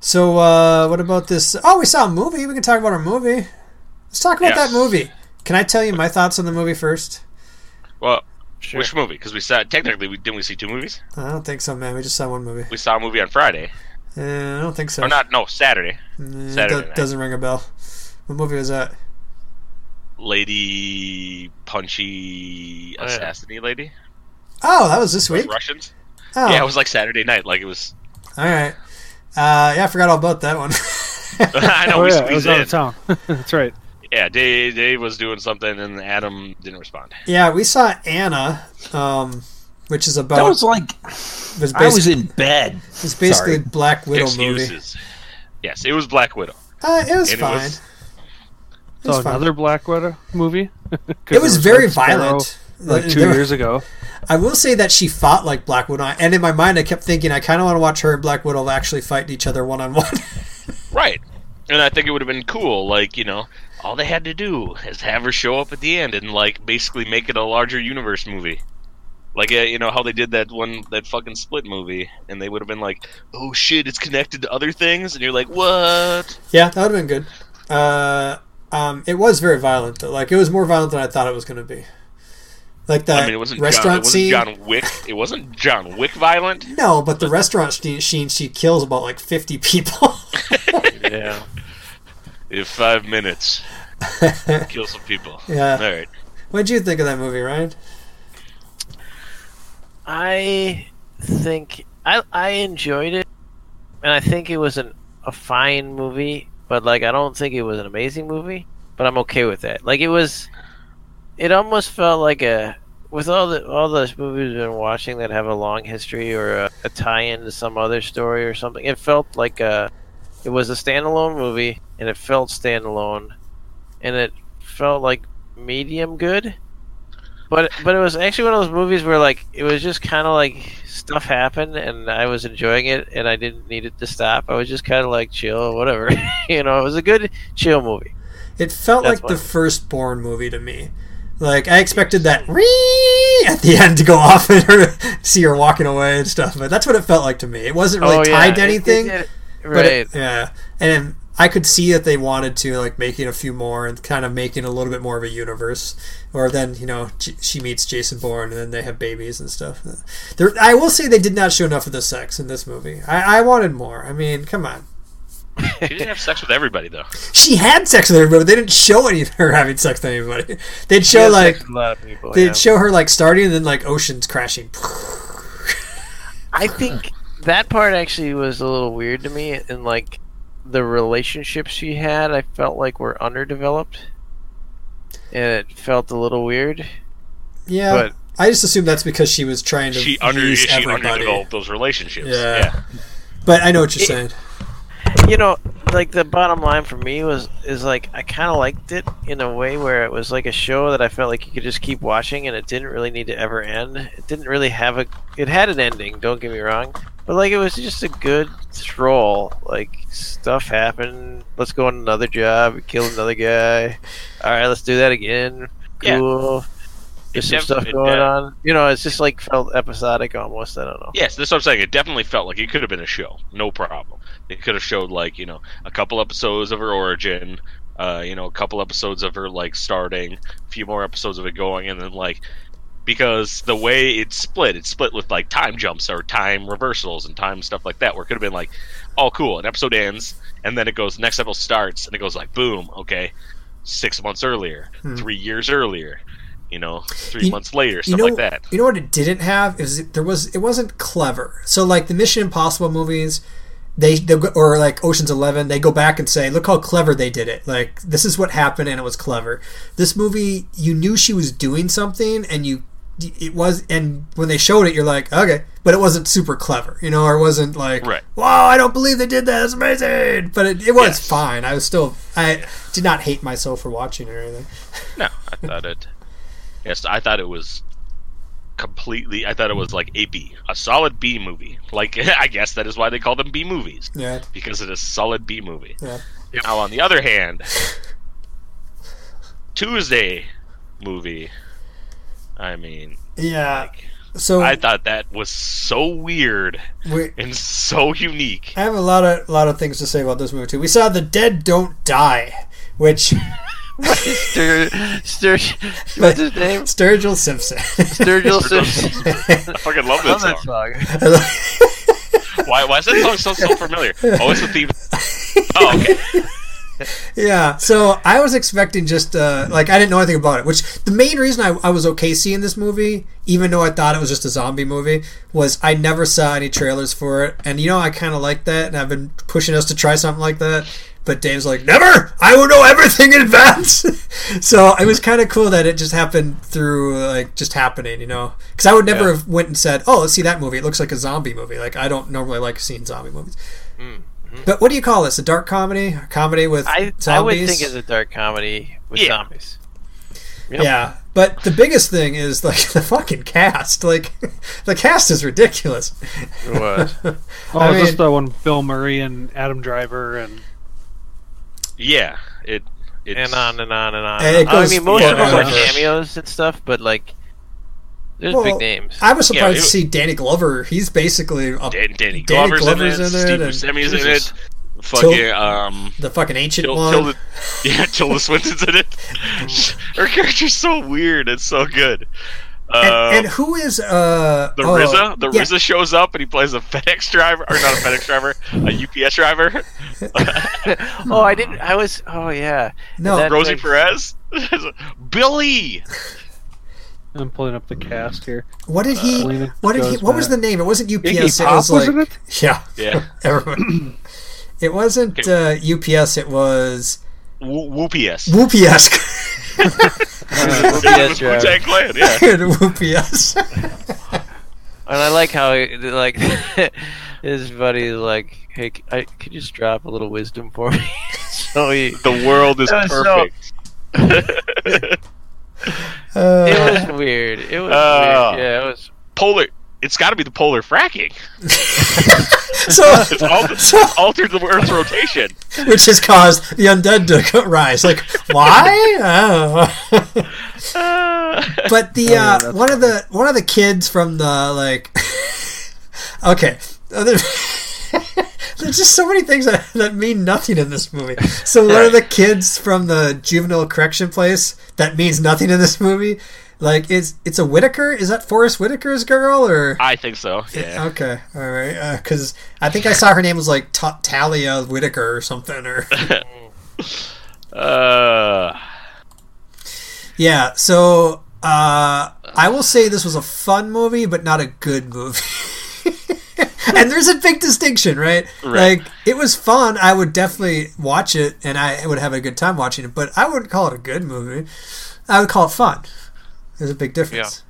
S2: So uh, what about this? Oh, we saw a movie. We can talk about our movie. Let's talk about
S5: Yes.
S2: that movie. Can I tell you my thoughts on the movie first?
S5: Well,
S4: Sure.
S5: which movie? Because we saw technically we didn't we see two movies?
S2: I don't think so, man. We just saw one movie.
S5: We saw a movie on Friday.
S2: Uh, I don't think so.
S5: Or not? No, Saturday.
S2: Mm,
S5: Saturday
S2: do-
S5: night.
S2: doesn't ring a bell. What movie was that?
S5: lady punchy
S4: Oh, yeah.
S5: assassiny lady.
S2: Oh, that was this week.
S5: Russians.
S2: Oh,
S5: Yeah, it was like Saturday night. Like it was.
S2: all right. Uh, yeah, I forgot all about that one.
S5: I know
S3: oh
S5: we
S3: yeah, I was
S5: squeezed
S3: out
S5: in.
S3: of town. That's right.
S5: Yeah, Dave, Dave was doing something, and Adam didn't respond.
S2: yeah, we saw Anna, um, which is about
S6: That was like
S2: was
S6: I was
S2: basi-
S6: in bed.
S2: was basically
S6: sorry.
S2: Black Widow movie.
S5: Excuses. Yes, it was Black Widow.
S2: Uh, it was
S5: And it
S2: fine.
S5: was-
S2: It was
S3: So
S2: fine.
S3: another Black Widow movie.
S2: It was very violent.
S3: like two
S2: There-
S3: years ago.
S2: I will say that she fought like Black Widow, and in my mind, I kept thinking I kind of want to watch her and Black Widow actually fight each other one on one.
S5: Right. And I think it would have been cool, like, you know, all they had to do is have her show up at the end and, like, basically make it a larger universe movie. Like, uh, you know, how they did that one, that fucking split movie, and they would have been like, oh shit, it's connected to other things, and you're like, what?
S2: Yeah, that would have been good. Uh, um, it was very violent, though. Like it was more violent than I thought it was going to be. Like that
S5: I mean, it wasn't, John, it
S2: Uh, restaurant
S5: wasn't
S2: scene.
S5: John Wick. It wasn't John Wick violent.
S2: No, but the restaurant scene, scene, she kills about like fifty people.
S4: Yeah.
S5: In five minutes, kill some people.
S2: Yeah.
S5: All right.
S2: what did you think of that movie, Ryan?
S4: I think I I enjoyed it, and I think it was an, a fine movie. But like, I don't think it was an amazing movie. But I'm okay with that. Like, it was. It almost felt like a with all the all those movies we've been watching that have a long history or a, a tie-in to some other story or something. It felt like a. It was a standalone movie, and it felt standalone, and it felt like medium good. But but it was actually one of those movies where like it was just kind of like stuff happened and I was enjoying it and I didn't need it to stop. I was just kind of like chill, whatever. you know, it was a good chill movie.
S2: It felt
S4: That's
S2: like the
S4: what-
S2: first Born movie to me. Like I expected that "Wee!" at the end to go off and her, see her walking away and stuff, but that's what it felt like to me. It wasn't really tied to
S4: Oh, it- it
S2: anything.
S4: did-
S2: But
S4: right.
S2: it- yeah, and I could see that they wanted to like making a few more and kind of making a little bit more of a universe. Or then you know J- she meets Jason Bourne and then they have babies and stuff. There, I will say they did not show enough of the sex in this movie. I, I wanted more. I mean, come on.
S5: She didn't have sex with everybody, though.
S2: She had sex with everybody. but They didn't show any of her having sex with anybody. They'd show
S4: It was
S2: like
S4: a lot of people.
S2: they'd
S4: yeah.
S2: show her like starting and then like oceans crashing.
S4: I think that part actually was a little weird to me and like the relationships she had, I felt like were underdeveloped. And it felt a little weird.
S2: Yeah,
S4: But
S2: I just assume that's because she was trying to
S5: She, under,
S2: use
S5: she
S2: everybody.
S5: underdeveloped those relationships.
S2: Yeah.
S5: yeah.
S2: But I know what you're
S4: It-
S2: saying.
S4: you know like the bottom line for me was is like i kind of liked it in a way where it was like a show that i felt like you could just keep watching and it didn't really need to ever end it didn't really have a it had an ending don't get me wrong but like it was just a good stroll like stuff happened let's go on another job kill another guy all right let's do that again
S5: Yeah.
S4: cool there's some
S5: def-
S4: stuff
S5: it,
S4: going
S5: uh,
S4: on you know it's just like felt episodic almost i don't know
S5: Yes, that's what I'm saying. It definitely felt like it could have been a show, no problem. It could have showed like you know a couple episodes of her origin, uh, you know a couple episodes of her like starting, a few more episodes of it going, and then like because the way it's split, it's split with like time jumps or time reversals and time stuff like that. Where it could have been like, oh cool, an episode ends, and then it goes next episode starts, and it goes like boom, okay, six months earlier, three years earlier, you know, three
S2: Hmm. You-
S5: months later,
S2: You
S5: stuff
S2: know,
S5: like that.
S2: you know what it didn't have is it- there was it wasn't clever. So like the Mission Impossible movies, they they'll go- or like Ocean's Eleven, they go back and say, look how clever they did it. Like this is what happened and it was clever. This movie, you knew she was doing something and you it was and when they showed it, you're like okay, but it wasn't super clever, you know, or it wasn't like
S5: Right.
S2: wow, I don't believe they did that. That's amazing. But it, it was
S5: Yes.
S2: fine. I was still I did not hate myself for watching it or anything.
S5: No, I thought it. Yes, I thought it was completely. I thought it was like a B, a solid B movie. Like I guess that is why they call them B movies
S2: Yeah,
S5: because it is solid B movie.
S2: yeah.
S5: Now, on the other hand, Tuesday movie. I mean,
S2: Yeah. So
S5: I thought that was so weird
S2: we,
S5: and so unique.
S2: I have a lot of lot of things to say about this movie too. We saw The Dead Don't Die, which
S4: Stur- Stur- what's his name
S2: Sturgill Simpson.
S4: Sturgill Simpson.
S5: I fucking love this song.
S4: song.
S5: Why, why is that song so, so familiar? Oh, it's the theme. Oh, okay.
S2: Yeah, so I was expecting just uh, like I didn't know anything about it, which the main reason I, I was okay seeing this movie, even though I thought it was just a zombie movie, was I never saw any trailers for it, and you know I kind of like that, and I've been pushing us to try something like that. But Dave's like, never! I will know everything in advance. so it was kind of cool that it just happened through like just happening, you know? Because I would never have went and said, oh, let's see that movie. It looks like a zombie movie. Like I don't normally like seeing zombie movies.
S4: Mm-hmm.
S2: But what do you call this? A dark comedy? A comedy with
S4: I
S2: zombies?
S4: I would think it's a dark comedy with
S5: Yeah.
S4: zombies.
S2: Yeah, but the biggest thing is like the fucking cast. Like the cast is ridiculous.
S4: It was.
S3: Oh,
S2: I
S3: is this
S2: mean-
S3: the one Bill Murray and Adam Driver and
S5: Yeah, it. It's,
S4: and on and on and on.
S2: And it
S4: I
S2: goes
S4: mean, most of them are
S2: forever.
S4: cameos and stuff, but like, there's
S2: Well,
S4: big names.
S2: I was surprised
S5: it-
S2: to see Danny Glover. He's basically a,
S5: Dan-
S2: Danny
S5: Danny, Glover's,
S2: Glover's in
S5: in it.
S2: it,
S5: Steve
S2: and-
S5: Buscemi's in
S2: Jesus.
S5: it. Fucking um,
S2: the fucking ancient
S5: Til-
S2: one.
S5: Tilda, yeah, Tilda Swinton's in it. Her character's so weird. It's so good.
S2: and,
S5: Uh,
S2: and who is uh
S5: the
S2: oh,
S5: RZA, the
S2: yeah,
S5: RZA shows up and he plays a FedEx driver, or not a FedEx driver, a UPS driver.
S4: oh, I didn't. I was. Oh yeah.
S2: No,
S4: That-
S5: Rosie
S4: makes-
S5: Perez, Billy.
S3: I'm pulling up the cast here.
S2: what did he?
S3: Selena
S2: What did he?
S3: goes
S2: What was the
S3: back.
S2: name? It wasn't UPS.
S3: Iggy
S2: it
S3: Pop
S2: was
S3: was
S2: like
S3: in it?
S2: yeah,
S5: Yeah,
S2: everyone. It wasn't uh, UPS. It was
S5: Woo- Whoopies.
S2: Whoops.
S5: Yeah,
S4: Yes,
S5: Wu Tang Clan. Yeah,
S2: Whoops.
S4: And I like how he, like his buddy's like, hey, c- I, could you just drop a little wisdom for me? so he,
S5: the world is
S4: That was so-
S5: perfect.
S4: it was weird. It was
S5: Oh.
S4: weird. Yeah, it was.
S5: polar. It's got to be the polar fracking.
S2: so
S5: It's al- it's altered the Earth's rotation.
S2: which has caused the undead to co- rise. Like, why? I don't know.
S5: Uh,
S2: but the
S3: Oh, yeah,
S2: uh,
S3: that's
S2: one of the one of the kids from the like, okay, Uh, there- there's just so many things that, that mean nothing in this movie. So one of the kids from the juvenile correction place that means nothing in this movie. Like it's it's a Whitaker? Is that Forrest Whitaker's girl or?
S5: I think so. Yeah.
S2: Okay, all right. Because I think I saw her name was like Ta Talia Whitaker or something, or
S5: Uh,
S2: Yeah, so uh, I will say this was a fun movie, but not a good movie. and there's a big distinction, right?
S5: Right.
S2: Like it was fun. I would definitely watch it, and I would have a good time watching it. But I wouldn't call it a good movie. I would call it fun. There's a big difference.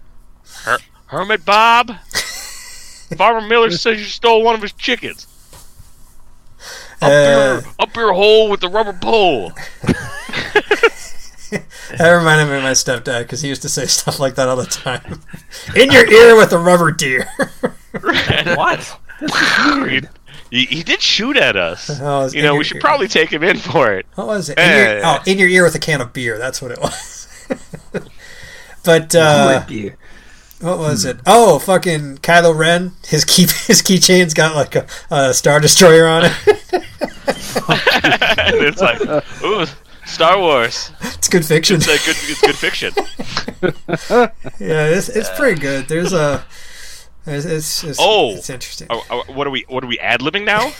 S5: Her- Hermit Bob. Farmer Miller says you stole one of his chickens.
S2: Uh,
S5: Up your hole with the rubber pole.
S2: that reminded me of my stepdad because he used to say stuff like that all the time. In your ear with a rubber deer.
S4: What?
S5: he, he- he did shoot at us.
S2: Oh, it's
S5: you
S2: in
S5: know,
S2: your
S5: we should
S2: ear.
S5: probably take him in for it.
S2: What was it? In your,
S5: Yeah.
S2: oh, in your ear with a can of beer. That's what it was. but uh,
S6: Dear.
S2: What was it? Oh, fucking Kylo Ren. His key his keychain's got like a, a star destroyer on it.
S5: and it's like, ooh, Star Wars.
S2: it's good fiction.
S5: It's a good, it's good fiction.
S2: yeah, it's, it's pretty good. There's a it's it's, it's,
S5: Oh.
S2: it's interesting.
S5: Are- are- what are we? What are we ad libbing now?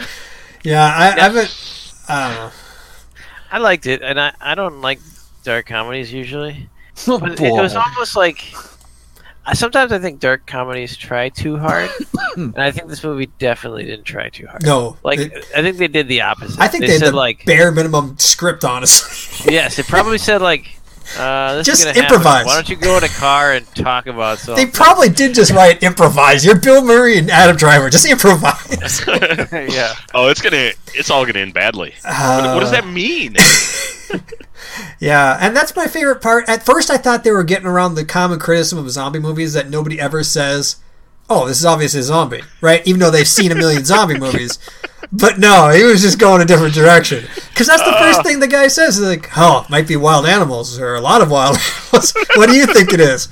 S2: Yeah, I, I haven't. I don't know.
S4: I liked it, and I, I don't like dark comedies usually.
S6: Oh,
S4: But it was
S6: boy.
S4: almost like I, sometimes I think dark comedies try too hard, and I think this movie definitely didn't try too hard.
S2: No,
S4: Like
S2: it-
S4: I think they did the opposite.
S2: I think they,
S4: they,
S2: had
S4: said
S2: the
S4: like
S2: bare minimum script. Honestly,
S4: yes, it probably said like uh, this
S2: Just
S4: is gonna happen.
S2: improvise.
S4: Why don't you go in a car and talk about
S5: Oh.
S2: they
S4: something?
S2: probably did just write improvise. You're Bill Murray and Adam Driver. Just improvise.
S4: yeah,
S5: oh, it's gonna. It's all gonna end badly. what, what does
S2: Uh,
S5: that mean?
S2: Yeah, and that's my favorite part. At first, I thought they were getting around the common criticism of zombie movies that nobody ever says, "Oh, this is obviously a zombie," right? Even though they've seen a million zombie movies. But no, he was just going a different direction. Because that's the first thing the guy says is like, "Oh, it might be wild animals or a lot of wild animals." what do you think it is?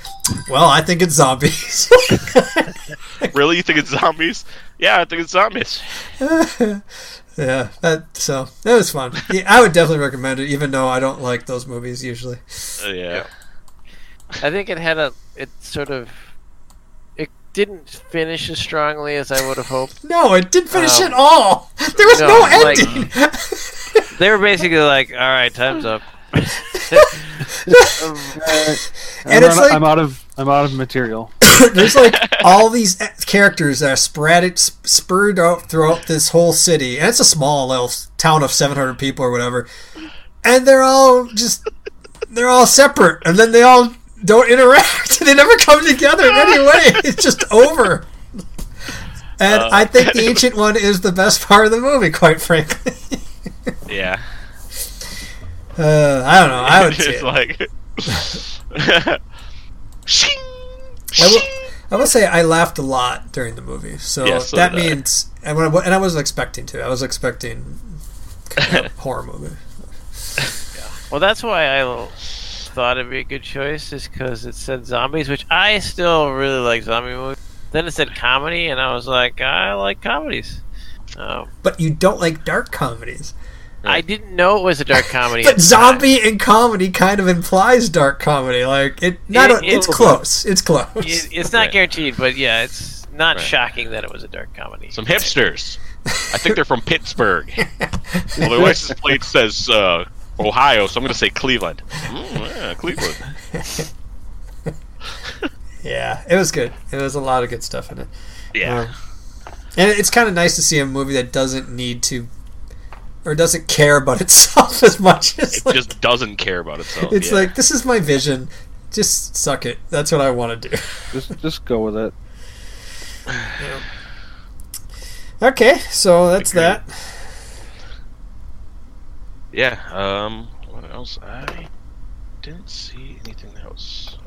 S2: Well, I think it's zombies.
S5: really, you think it's zombies? Yeah, I think it's zombies.
S2: yeah, that so that was fun. Yeah, I would definitely recommend it, even though I don't like those movies usually.
S5: Uh, yeah.
S4: I think it had a it sort of it didn't finish as strongly as I would have hoped.
S2: No, it didn't finish
S4: Um,
S2: at all. There was no,
S4: no, like-
S2: ending.
S4: They were basically like, "All right, time's up."
S2: uh, And
S3: I'm
S2: it's
S3: out-
S2: like-
S3: I'm out of I'm out of material.
S2: There's like all these characters that are spread sp- spurred out throughout this whole city, and it's a small little s- town of 700 people or whatever, and they're all just they're all separate, and then they all don't interact. they never come together in any way. It's just over. And I think the ancient one is the best part of the movie, quite frankly.
S5: Yeah.
S2: Uh, I don't know. I would say
S5: it's like. Shing!
S2: I will, I will say I laughed a lot during the movie, so,
S5: Yeah, so
S2: that
S5: did I.
S2: means and, when I, and I wasn't expecting to. I was expecting kind of horror movie.
S4: Well, that's why I l- thought it'd be a good choice, is because it said zombies, which I still really like zombie movies. Then it said comedy, and I was like, I like comedies. Um,
S2: But you don't like dark comedies.
S4: I didn't know it was a dark comedy. at
S2: But
S4: the
S2: zombie and comedy kind of implies dark comedy. Like it, not
S4: It-
S2: a-
S4: it
S2: it's
S4: will-
S2: close. It's close.
S4: time. It- it's not
S5: Right.
S4: guaranteed, but yeah, it's not
S5: Right.
S4: shocking that it was a dark comedy.
S5: Some hipsters. I think they're from Pittsburgh. well, their license plate says uh, Ohio, so I'm going to say Cleveland. Mm, yeah, Cleveland.
S2: yeah, it was good. It was a lot of good stuff in it.
S5: Yeah.
S2: Um, and it's kind of nice to see a movie that doesn't need to, or doesn't care about itself as much as
S5: it
S2: like,
S5: just doesn't care about itself.
S2: It's
S5: yeah.
S2: like this is my vision. Just suck it. That's what I want to do.
S3: Just just go with it.
S2: Okay, so that's
S5: Agreed.
S2: that.
S5: Yeah. Um. What else? I didn't see anything else.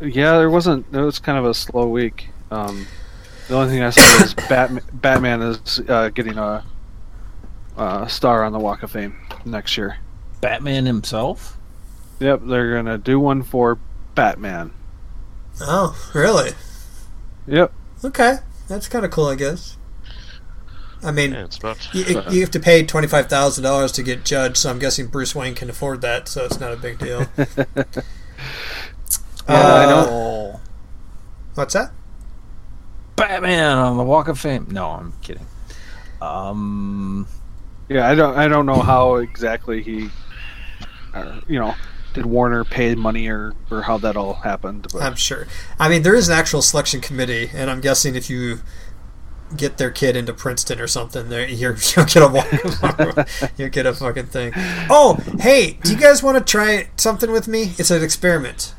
S3: Yeah, there wasn't. It was kind of a slow week. Um, the only thing I saw was Batman. Batman is uh, getting a, a star on the Walk of Fame next year.
S6: Batman himself?
S3: Yep, they're gonna do one for Batman.
S2: Oh, really?
S3: Yep.
S2: Okay, that's kind of cool, I guess. I mean,
S5: Yeah, it's about.
S2: you, you have to pay twenty five thousand dollars to get judged, so I'm guessing Bruce Wayne can afford that, so it's not a big deal.
S3: I don't-
S6: Oh.
S2: Uh, What's that?
S6: Batman on the Walk of Fame. No, I'm kidding. Um,
S3: Yeah, I don't. I don't know how exactly he, uh, you know, did Warner pay money or or how that all happened. But
S2: I'm sure. I mean, there is an actual selection committee, and I'm guessing if you get their kid into Princeton or something, there you're, you'll get a walk. you'll get a fucking thing. Oh, hey, do you guys want to try something with me? It's an experiment.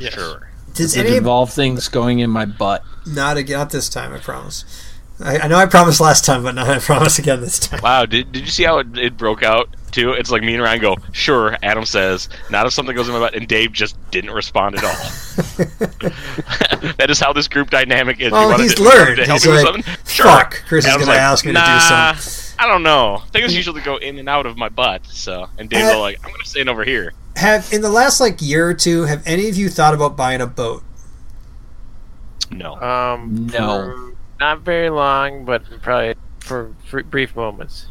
S5: Sure.
S2: Does
S6: it
S2: any
S6: involved things going in my butt.
S2: not again not this time? I promise. I, I know I promised last time, but now I promise again this time.
S5: Wow. Did, did you see how it, it broke out too? It's like me and Ryan go. Sure. Adam says not if something goes in my butt, and Dave just didn't respond at all. that is how this group dynamic is.
S2: Well,
S5: wanna
S2: he's
S5: do-
S2: learned.
S5: to help
S2: He's
S5: me with
S2: like,
S5: something?
S2: "Fuck, Chris is
S5: Adam's
S2: gonna ask me to do
S5: nah,
S2: something."
S5: I don't know. Things usually go in and out of my butt. So, and Dave's
S2: Uh,
S5: all like, "I'm gonna stand over here."
S2: Have in the last like year or two, have any of you thought about buying a boat?
S5: No.
S4: Um,
S6: No.
S4: for not very long, but probably for, fr brief moments.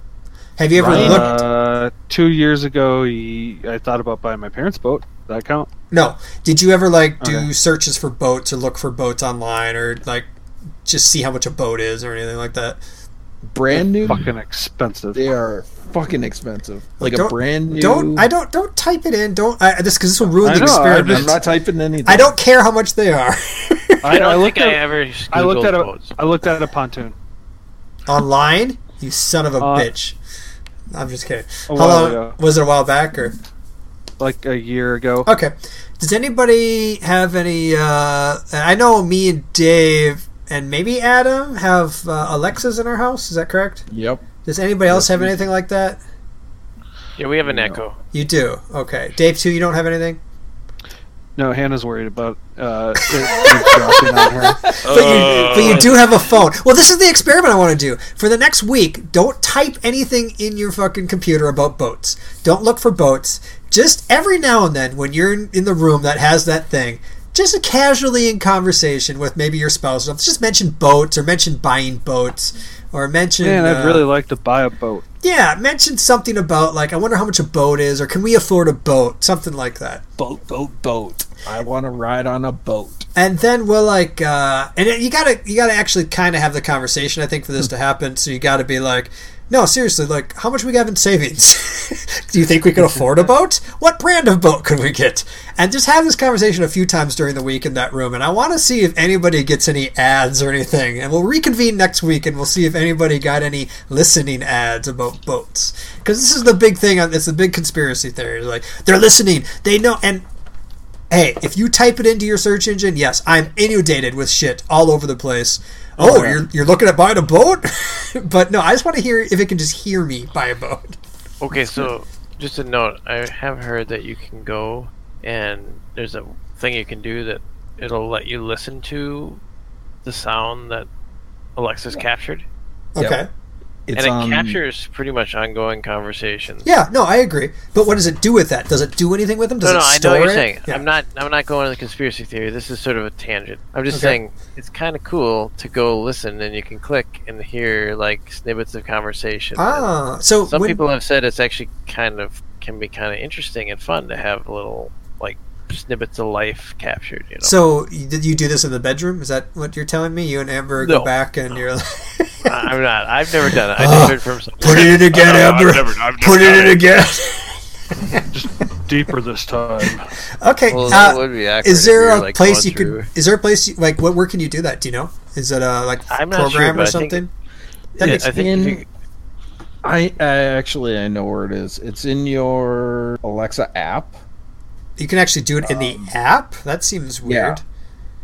S2: Have you ever
S6: Right.
S2: looked?
S3: uh, two years ago, he, I thought about buying my parents' boat. Does that count?
S2: No. Did you ever like do
S3: Okay.
S2: searches for boats or look for boats online or like just see how much a boat is or anything like that?
S6: Brand new.
S3: Fucking expensive.
S6: They are fucking expensive. Like
S2: Don't-
S6: a brand new.
S2: Don't I don't don't type it in. Don't I, this because this will ruin
S3: I
S2: the
S3: know,
S2: experiment.
S6: I'm not typing anything.
S2: I don't care how much they are
S4: I don't
S3: looked
S4: think I
S3: at-
S4: ever.
S3: I looked
S4: Googled
S3: at a,
S4: boats.
S3: I looked at a pontoon.
S2: online. You son of a
S3: Uh,
S2: bitch. I'm just kidding. How
S3: while
S2: long
S3: ago.
S2: was it? A while back or
S3: like a year ago.
S2: okay? Does anybody have any? uh I know me and Dave and maybe Adam have uh, Alexas in our house. Is that correct?
S6: Yep.
S2: Does anybody else have anything like that?
S4: Yeah, we have an echo.
S2: You do. Okay. Dave, too, you don't have anything?
S3: No, Hannah's worried about uh, it, it's dropping on her.
S5: Uh,
S2: But you, but you do have a phone. Well, this is the experiment I want to do. For the next week, don't type anything in your fucking computer about boats. Don't look for boats. Just every now and then, when you're in, in the room that has that thing, just casually in conversation with maybe your spouse, just mention boats or mention buying boats or mention.
S3: Man, I'd
S2: uh,
S3: really like to buy a boat.
S2: Yeah, mention something about, like, I wonder how much a boat is or can we afford a boat? Something like that.
S6: Boat, boat, boat. I want to ride on a boat.
S2: and then we'll like uh and you gotta you gotta actually kind of have the conversation i think for this to happen so you gotta be like No, seriously, like, how much we have in savings? Do you think we could afford a boat? What brand of boat could we get? And just have this conversation a few times during the week in that room. And I want to see if anybody gets any ads or anything. And we'll reconvene next week and we'll see if anybody got any listening ads about boats. Because this is the big thing. It's the big conspiracy theory. Like, they're listening. They know. And hey, if you type it into your search engine, yes, I'm inundated with shit all over the place. Oh,
S6: yeah.
S2: you're, you're looking at buying a boat? but no, I just want to hear if it can just hear me buy a boat.
S4: Okay, so just a note. I have heard that you can go and there's a thing you can do that it'll let you listen to the sound that Alexa's captured,
S6: Yep.
S2: Okay.
S6: It's um,
S4: and it
S6: on-
S4: captures pretty much ongoing conversations.
S2: um, Yeah, no, I agree. But what does it do with that? Does it do anything with them? Does
S4: no, no,
S2: it
S4: I
S2: store
S4: know what you're
S2: it?
S4: saying.
S2: Yeah.
S4: I'm not. I'm not going to the conspiracy theory. This is sort of a tangent. I'm just
S2: Okay.
S4: saying it's kind of cool to go listen, and you can click and hear like snippets of conversation.
S2: Ah, so
S4: Some
S2: when-
S4: people have said it's actually kind of can be kind of interesting and fun to have little like snippets of life captured. You know.
S2: So you- did you do this in the bedroom? Is that what you're telling me? You and Amber go
S4: No.
S2: back and you're like,
S4: I- I'm not. I've never done it. I
S2: Ah,
S4: just heard from someone.
S2: put it in again,
S5: No, I've
S2: Amber.
S5: never- I've never
S2: put it
S5: done
S2: in
S5: it.
S2: again.
S3: Deeper this time.
S2: okay.
S4: Well,
S2: uh,
S4: that would be awkward
S2: is
S4: if
S2: there
S4: you're,
S2: a
S4: like,
S2: place
S4: going
S2: you
S4: through-
S2: could? Is there a place you, like what? Where can you do that? Do you know? Is it a like
S4: I'm not sure,
S2: program or
S4: but I think-
S2: something?
S4: Yeah,
S6: it's
S4: I think if
S6: in-
S4: you-
S6: I, I actually I know where it is. It's in your Alexa app.
S2: You can actually do it in
S4: Um,
S2: the app. That seems weird.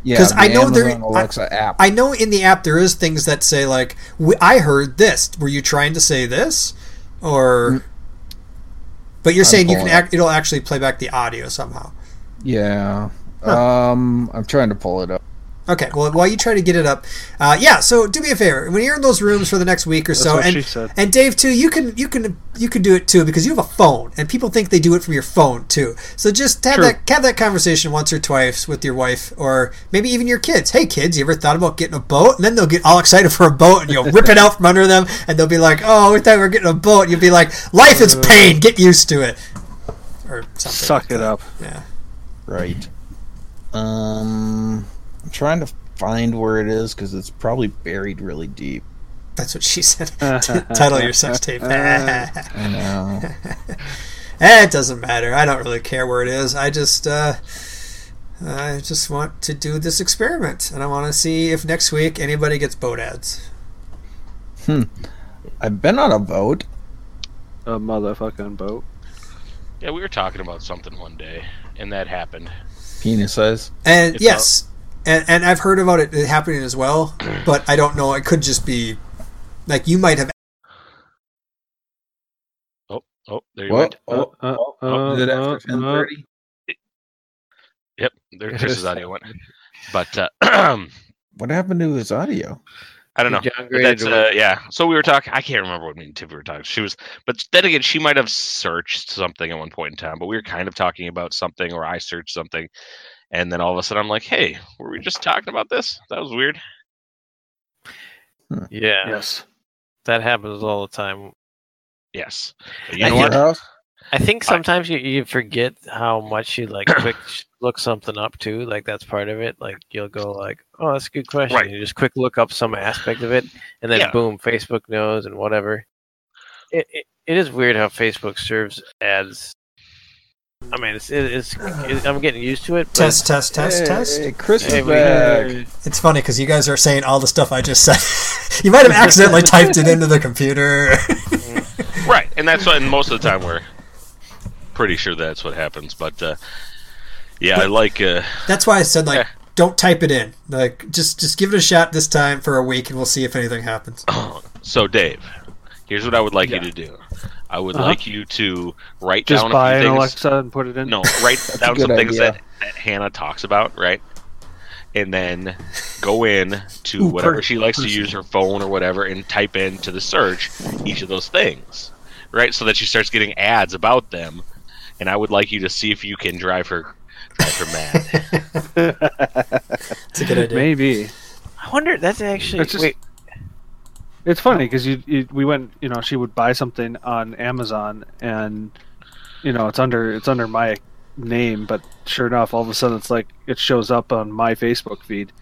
S6: Yeah,
S2: 'Cause
S6: the
S2: I know there-
S6: Amazon Alexa app.
S2: I know in the app there is things that say like, w- "I heard this." Were you trying to say this,
S4: Mm.
S2: or? But you're
S6: I'm
S2: saying you can
S6: pulling up.
S2: act, it'll actually play back the audio somehow.
S6: yeah. Um, I'm trying to pull it up.
S2: Okay, well, while you try to get it up, uh, yeah. So do me a favor when you're in those rooms for the next week or so,
S3: what
S2: and
S3: she said.
S2: and Dave too, you can you can you can do it too because you have a phone, and people think they do it from your phone too. So just have
S3: True.
S2: that have that conversation once or twice with your wife, or maybe even your kids. Hey, kids, you ever thought about getting a boat? And then they'll get all excited for a boat, and you'll rip it out from under them, and they'll be like, "Oh, we thought we were getting a boat." And you'll be like, "Life is pain. Get used to it." Or something.
S3: Uh-huh. Suck it up.
S2: Yeah.
S6: Right. Um, I'm trying to find where it is because it's probably buried really deep.
S2: That's what she said. Title your sex tape.
S3: Uh-huh.
S2: eh,
S6: I know.
S2: it doesn't matter. I don't really care where it is. I just, uh, I just want to do this experiment, and I want to see if next week anybody gets boat ads.
S6: I've been on a boat.
S3: A motherfucking boat.
S5: Yeah, we were talking about something one day, and that happened.
S6: Penis size.
S2: And
S5: It's
S2: yes, and, and I've heard about it happening as well, but I don't know. It could just be like you might have.
S5: Oh, there you
S6: Whoa,
S5: went.
S6: oh,
S3: Uh,
S6: oh,
S3: uh,
S6: oh, is it
S3: uh,
S6: after ten thirty?
S5: Yep, there, there's his audio one. But uh, I
S6: What happened to his audio?
S5: don't know.
S4: you
S5: But
S4: downgraded
S5: that's
S4: to
S5: uh, yeah. So we were talking. I can't remember what me and Tiffany were talking. She was, but then again, she might have searched something at one point in time. But we were kind of talking about something, or I searched something, and then all of a sudden, I'm like, "Hey, were we just talking about this? That was weird."
S4: yeah,
S3: Yes.
S4: that happens all the time.
S5: Yes.
S4: I
S5: But You know
S4: think-
S6: Your
S5: what?
S6: house?
S4: I think
S5: I-
S4: sometimes you, you forget how much you like quick sh- look something up too. Like that's part of it. Like you'll go like, oh, that's a good question.
S5: Right.
S4: You just quick look up some aspect of it, and then
S5: Yeah.
S4: boom, Facebook knows and whatever. It, it it is weird how Facebook serves ads. I mean, it's it, it's it, I'm getting used to it. But
S2: Test, test, test, test.
S6: Hey, Chris
S4: Hey,
S6: is
S4: we-
S6: back.
S2: It's funny because you guys are saying all the stuff I just said. you might have accidentally typed it into the computer.
S3: uh,
S5: Right, and that's what. And most of the time, we're pretty sure that's what happens. But uh, yeah, I like. Uh,
S2: That's why I said like
S5: Yeah.
S2: don't type it in. Like just just give it a shot this time for a week and we'll see if anything happens.
S5: So, Dave, here's what I would like
S3: Yeah.
S5: you to do. I would
S3: Uh-huh.
S5: like you to write
S3: Just
S5: down a
S3: buy
S5: few
S3: an
S5: things.
S3: Alexa and put it in.
S5: No, write down
S6: good
S5: some things
S6: idea.
S5: that, that Hannah talks about, right? And then go in to
S2: Ooh,
S5: whatever
S2: per-
S5: she likes to
S2: person.
S5: use her phone or whatever, and type into the search each of those things, right? So that she starts getting ads about them. And I would like you to see if you can drive her, drive her mad.
S2: It's a good idea.
S3: Maybe.
S4: I wonder. That's actually
S3: It's just-
S4: wait.
S3: It's funny because you, you we went you know she would buy something on Amazon and you know it's under it's under my name but sure enough all of a sudden it's like it shows up on my Facebook feed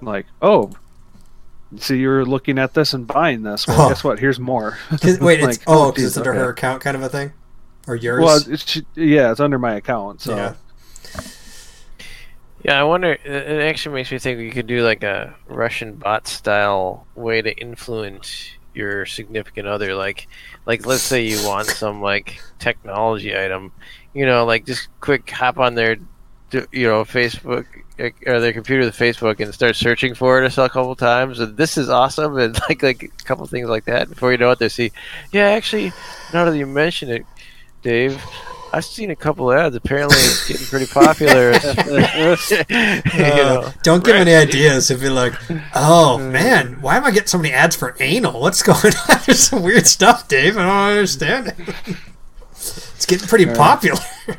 S3: I'm like oh So you're looking at this and buying this. Well,
S2: Oh.
S3: guess what? Here's more.
S2: 'Cause- wait, it's,
S3: Like,
S2: oh,
S3: oh,
S2: 'cause it's
S3: geez,
S2: under
S3: okay.
S2: her account, kind of a thing, or yours?
S3: Well, it's, yeah, it's under my account. So
S2: yeah.
S4: Yeah, I wonder. It it actually makes me think we could do like a Russian bot style way to influence your significant other. Like, like let's say you want some like technology item, you know, like just quick hop on their, d- you know, Facebook uh, or their computer to Facebook and start searching for it a couple times. And this is awesome, and like like a couple things like that. Before you know it, they see, yeah, actually, now that you mention it, Dave. I've seen a couple ads. Apparently, it's getting pretty popular. You
S2: Uh,
S4: know.
S2: don't give any ideas. If you're like,
S3: Uh,
S2: oh man, why am I getting so many ads for anal? What's going on? There's some weird stuff, Dave. I don't understand it. It's getting pretty popular.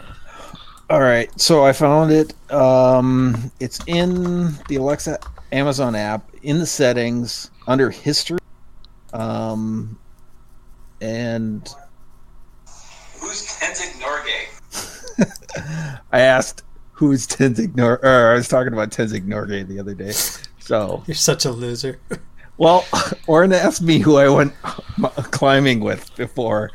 S6: All right, so I found it. Um, it's in the Alexa Amazon app in the settings under history. Um, and
S7: Who's Tenzing Norgay?
S6: I asked who's Tenzing Nor. Or I was talking about Tenzing Norgay the other day. So,
S2: You're such a loser.
S6: well, Orin asked me who I went climbing with before,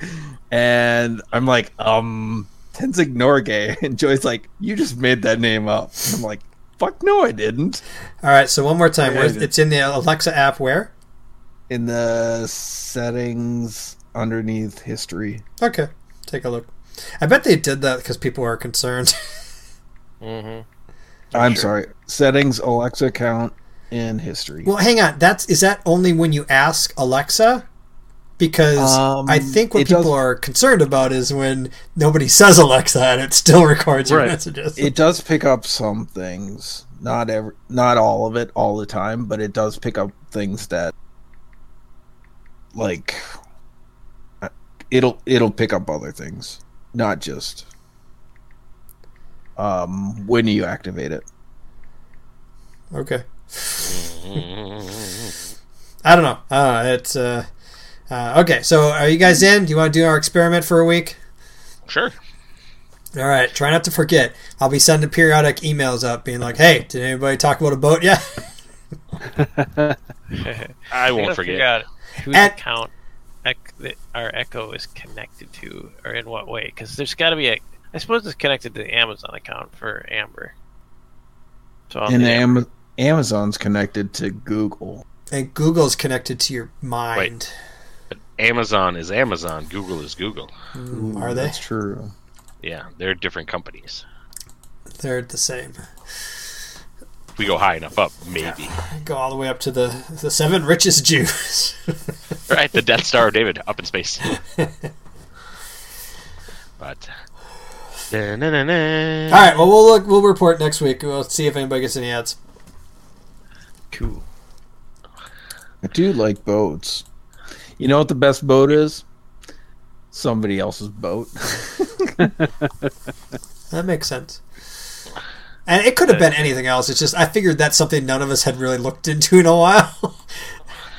S6: and I'm like, um, Tenzing Norgay. And Joy's like, you just made that name up. And I'm like, fuck no, I didn't.
S2: All right, so one more time.
S6: Yeah,
S2: Where's-
S6: I did.
S2: It's in the Alexa app. Where?
S6: in the settings underneath history.
S2: Okay, take a look. I bet they did that because people are concerned.
S4: Mm-hmm.
S6: I'm sorry, settings Alexa account in history.
S2: well, hang on. That's is that only when you ask Alexa? Because
S6: Um,
S2: I think
S6: it
S2: what people
S6: does-
S2: are concerned about is when nobody says Alexa and it still records your
S3: Right.
S2: messages.
S6: It does pick up some things, not every, not all of it all the time, but it does pick up things that, like, uh, it'll it'll pick up other things, not just um when you activate it.
S2: Okay. I don't know. Uh, it's uh, uh, okay. So, are you guys in? Do you want to do our experiment for a week?
S5: Sure.
S2: All right. Try not to forget. I'll be sending periodic emails out, being like, "Hey, did anybody talk about a boat yet?"
S5: I
S4: We
S5: won't
S4: gotta
S5: forget.
S4: figure out Whose
S2: At-
S4: account ec- that our Echo is connected to, or in what way? Because there's got to be a. I suppose it's connected to the Amazon account for Amber. So
S2: Oh,
S4: I'll
S6: and
S4: do Amber.
S6: Am- Amazon's connected to Google.
S2: and Google's connected to your mind.
S5: Amazon is Amazon. Google is Google.
S2: Mm, Are they?
S6: That's true.
S5: Yeah, they're different companies.
S2: They're the same.
S5: If we go high enough up, maybe.
S2: Go all the way up to the the seven richest Jews.
S5: right, the Death Star of David up in space. but.
S6: Ah,
S2: all right. Well, we'll look. We'll report next week. We'll see if anybody gets any ads.
S4: Cool.
S6: I do like boats. You know what the best boat is? Somebody else's boat.
S2: That makes sense. And it could have been anything else. It's just I figured that's something none of us had really looked into in a while.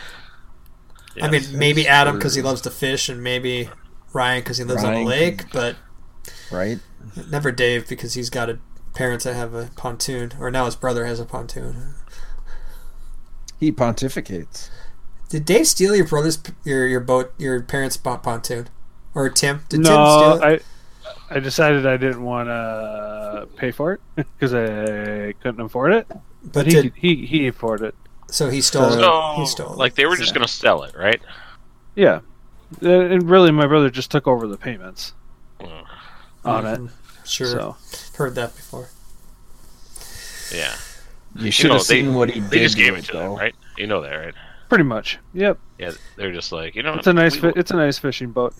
S2: I mean, maybe Adam because he
S6: true.
S2: loves to fish, and maybe Ryan because he lives on
S6: Ryan
S2: a
S6: 'cause-
S2: lake, but
S6: right?
S2: never Dave because he's got a parents that have a pontoon, or now his brother has a pontoon.
S6: He pontificates.
S2: Did Dave steal your brother's p- your your boat your parents' bo- pontoon, or Tim? Did
S3: no,
S2: Tim steal it?
S3: I I decided I didn't want to pay for it because I couldn't afford it.
S2: but
S3: But he
S2: did
S3: he he afforded it.
S2: so he stole it.
S5: So,
S2: He stole it.
S5: like, they were just going to sell it, right?
S3: Yeah, Uh, and really, my brother just took over the payments on it.
S2: sure
S3: So
S2: heard that before.
S5: Yeah.
S6: You should
S5: know,
S6: have seen
S5: they-
S6: what he did.
S5: They just gave
S6: with
S5: it to them,
S6: though.
S5: right? You know that, right?
S3: pretty much, yep.
S5: Yeah, they're just like, you know,
S3: It's a nice
S5: we,
S3: fi- it's a nice fishing boat.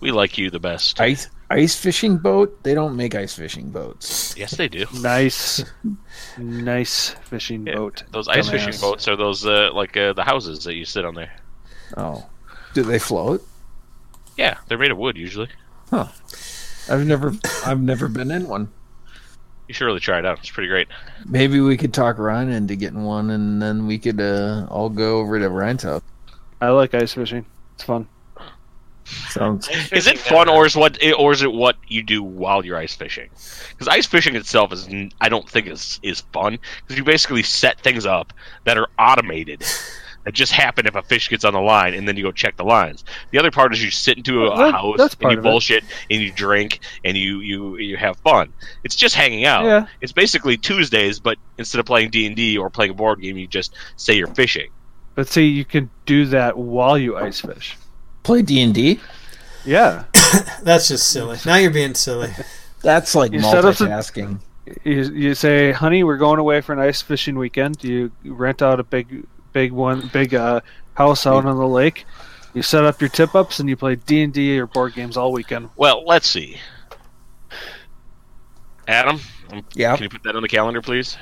S5: we like you the best.
S6: Ice ice fishing boat? They don't make ice fishing boats.
S5: yes, they do.
S3: Nice, nice fishing
S5: Yeah,
S3: boat.
S5: Those ice
S6: Dumbass.
S5: fishing boats are those uh, like uh, the houses that you sit on there.
S6: Oh. Do they float?
S5: Yeah, they're made of wood usually.
S6: I've never I've never been in one.
S5: You should really try it out. It's pretty great.
S6: Maybe we could talk Ryan into getting one and then we could uh, all go over to Ryan's house.
S3: I like ice fishing. It's fun.
S6: Sounds
S5: Is it fun or is what or is it what you do while you're ice fishing? Because ice fishing itself is n- I don't think is is fun because you basically set things up that are automated that just happen if a fish gets on the line, and then you go check the lines. The other part is you sit into a,
S3: Well, that-
S5: house
S3: that's
S5: and
S3: part
S5: you
S3: of it.
S5: bullshit and you drink and you you you have fun. It's just hanging out.
S3: Yeah.
S5: It's basically Tuesdays, but instead of playing D and D or playing a board game, you just say you're fishing.
S3: But see, you can do that while you ice fish.
S6: Play D and D.
S3: Yeah,
S2: That's just silly. Now you're being silly.
S6: That's like
S3: You set up some-
S6: multitasking.
S3: you, you say, "Honey, we're going away for an ice fishing weekend." You rent out a big, big one, big uh, house out on the lake. You set up your tip ups and you play D and D or board games all weekend.
S5: Well, let's see. Adam, um,
S6: Yeah.
S5: can you put that on the calendar, please?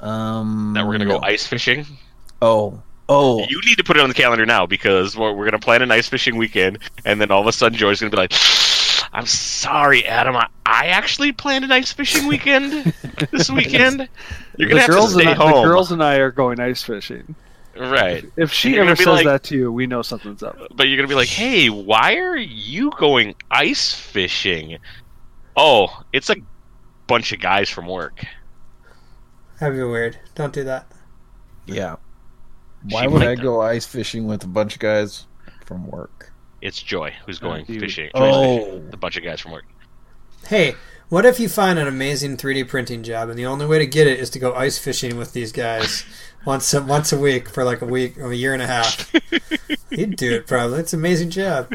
S6: Um.
S5: That we're gonna go
S6: no.
S5: ice fishing.
S6: Oh. Oh.
S5: You need to put it on the calendar now because we're, we're gonna plan an ice fishing weekend, and then all of a sudden Joy's gonna be like, "I'm sorry, Adam. I, I actually planned an ice fishing weekend this weekend. You're gonna
S3: the
S5: have to
S3: girls
S5: stay
S3: and I,
S5: home,
S3: The girls and I are going ice fishing.
S5: right?
S3: If she
S5: You're gonna
S3: ever
S5: be
S3: says
S5: like-
S3: that to you, we know something's up.
S5: But you're gonna be like, "Hey, why are you going ice fishing? Oh, it's a bunch of guys from work.
S2: That'd be weird. Don't do that.
S6: Yeah. Why
S5: She
S6: would
S5: might
S6: I
S5: though.
S6: go ice fishing with a bunch of guys from work?
S5: It's Joy who's going
S3: Ah, dude.
S5: fishing. Joy's fishing.
S6: Oh.
S5: with a bunch of guys from work.
S2: Hey, what if you find an amazing 3D printing job and the only way to get it is to go ice fishing with these guys once a, once a week for like a week or a year and a half? You'd do it probably. It's an amazing job.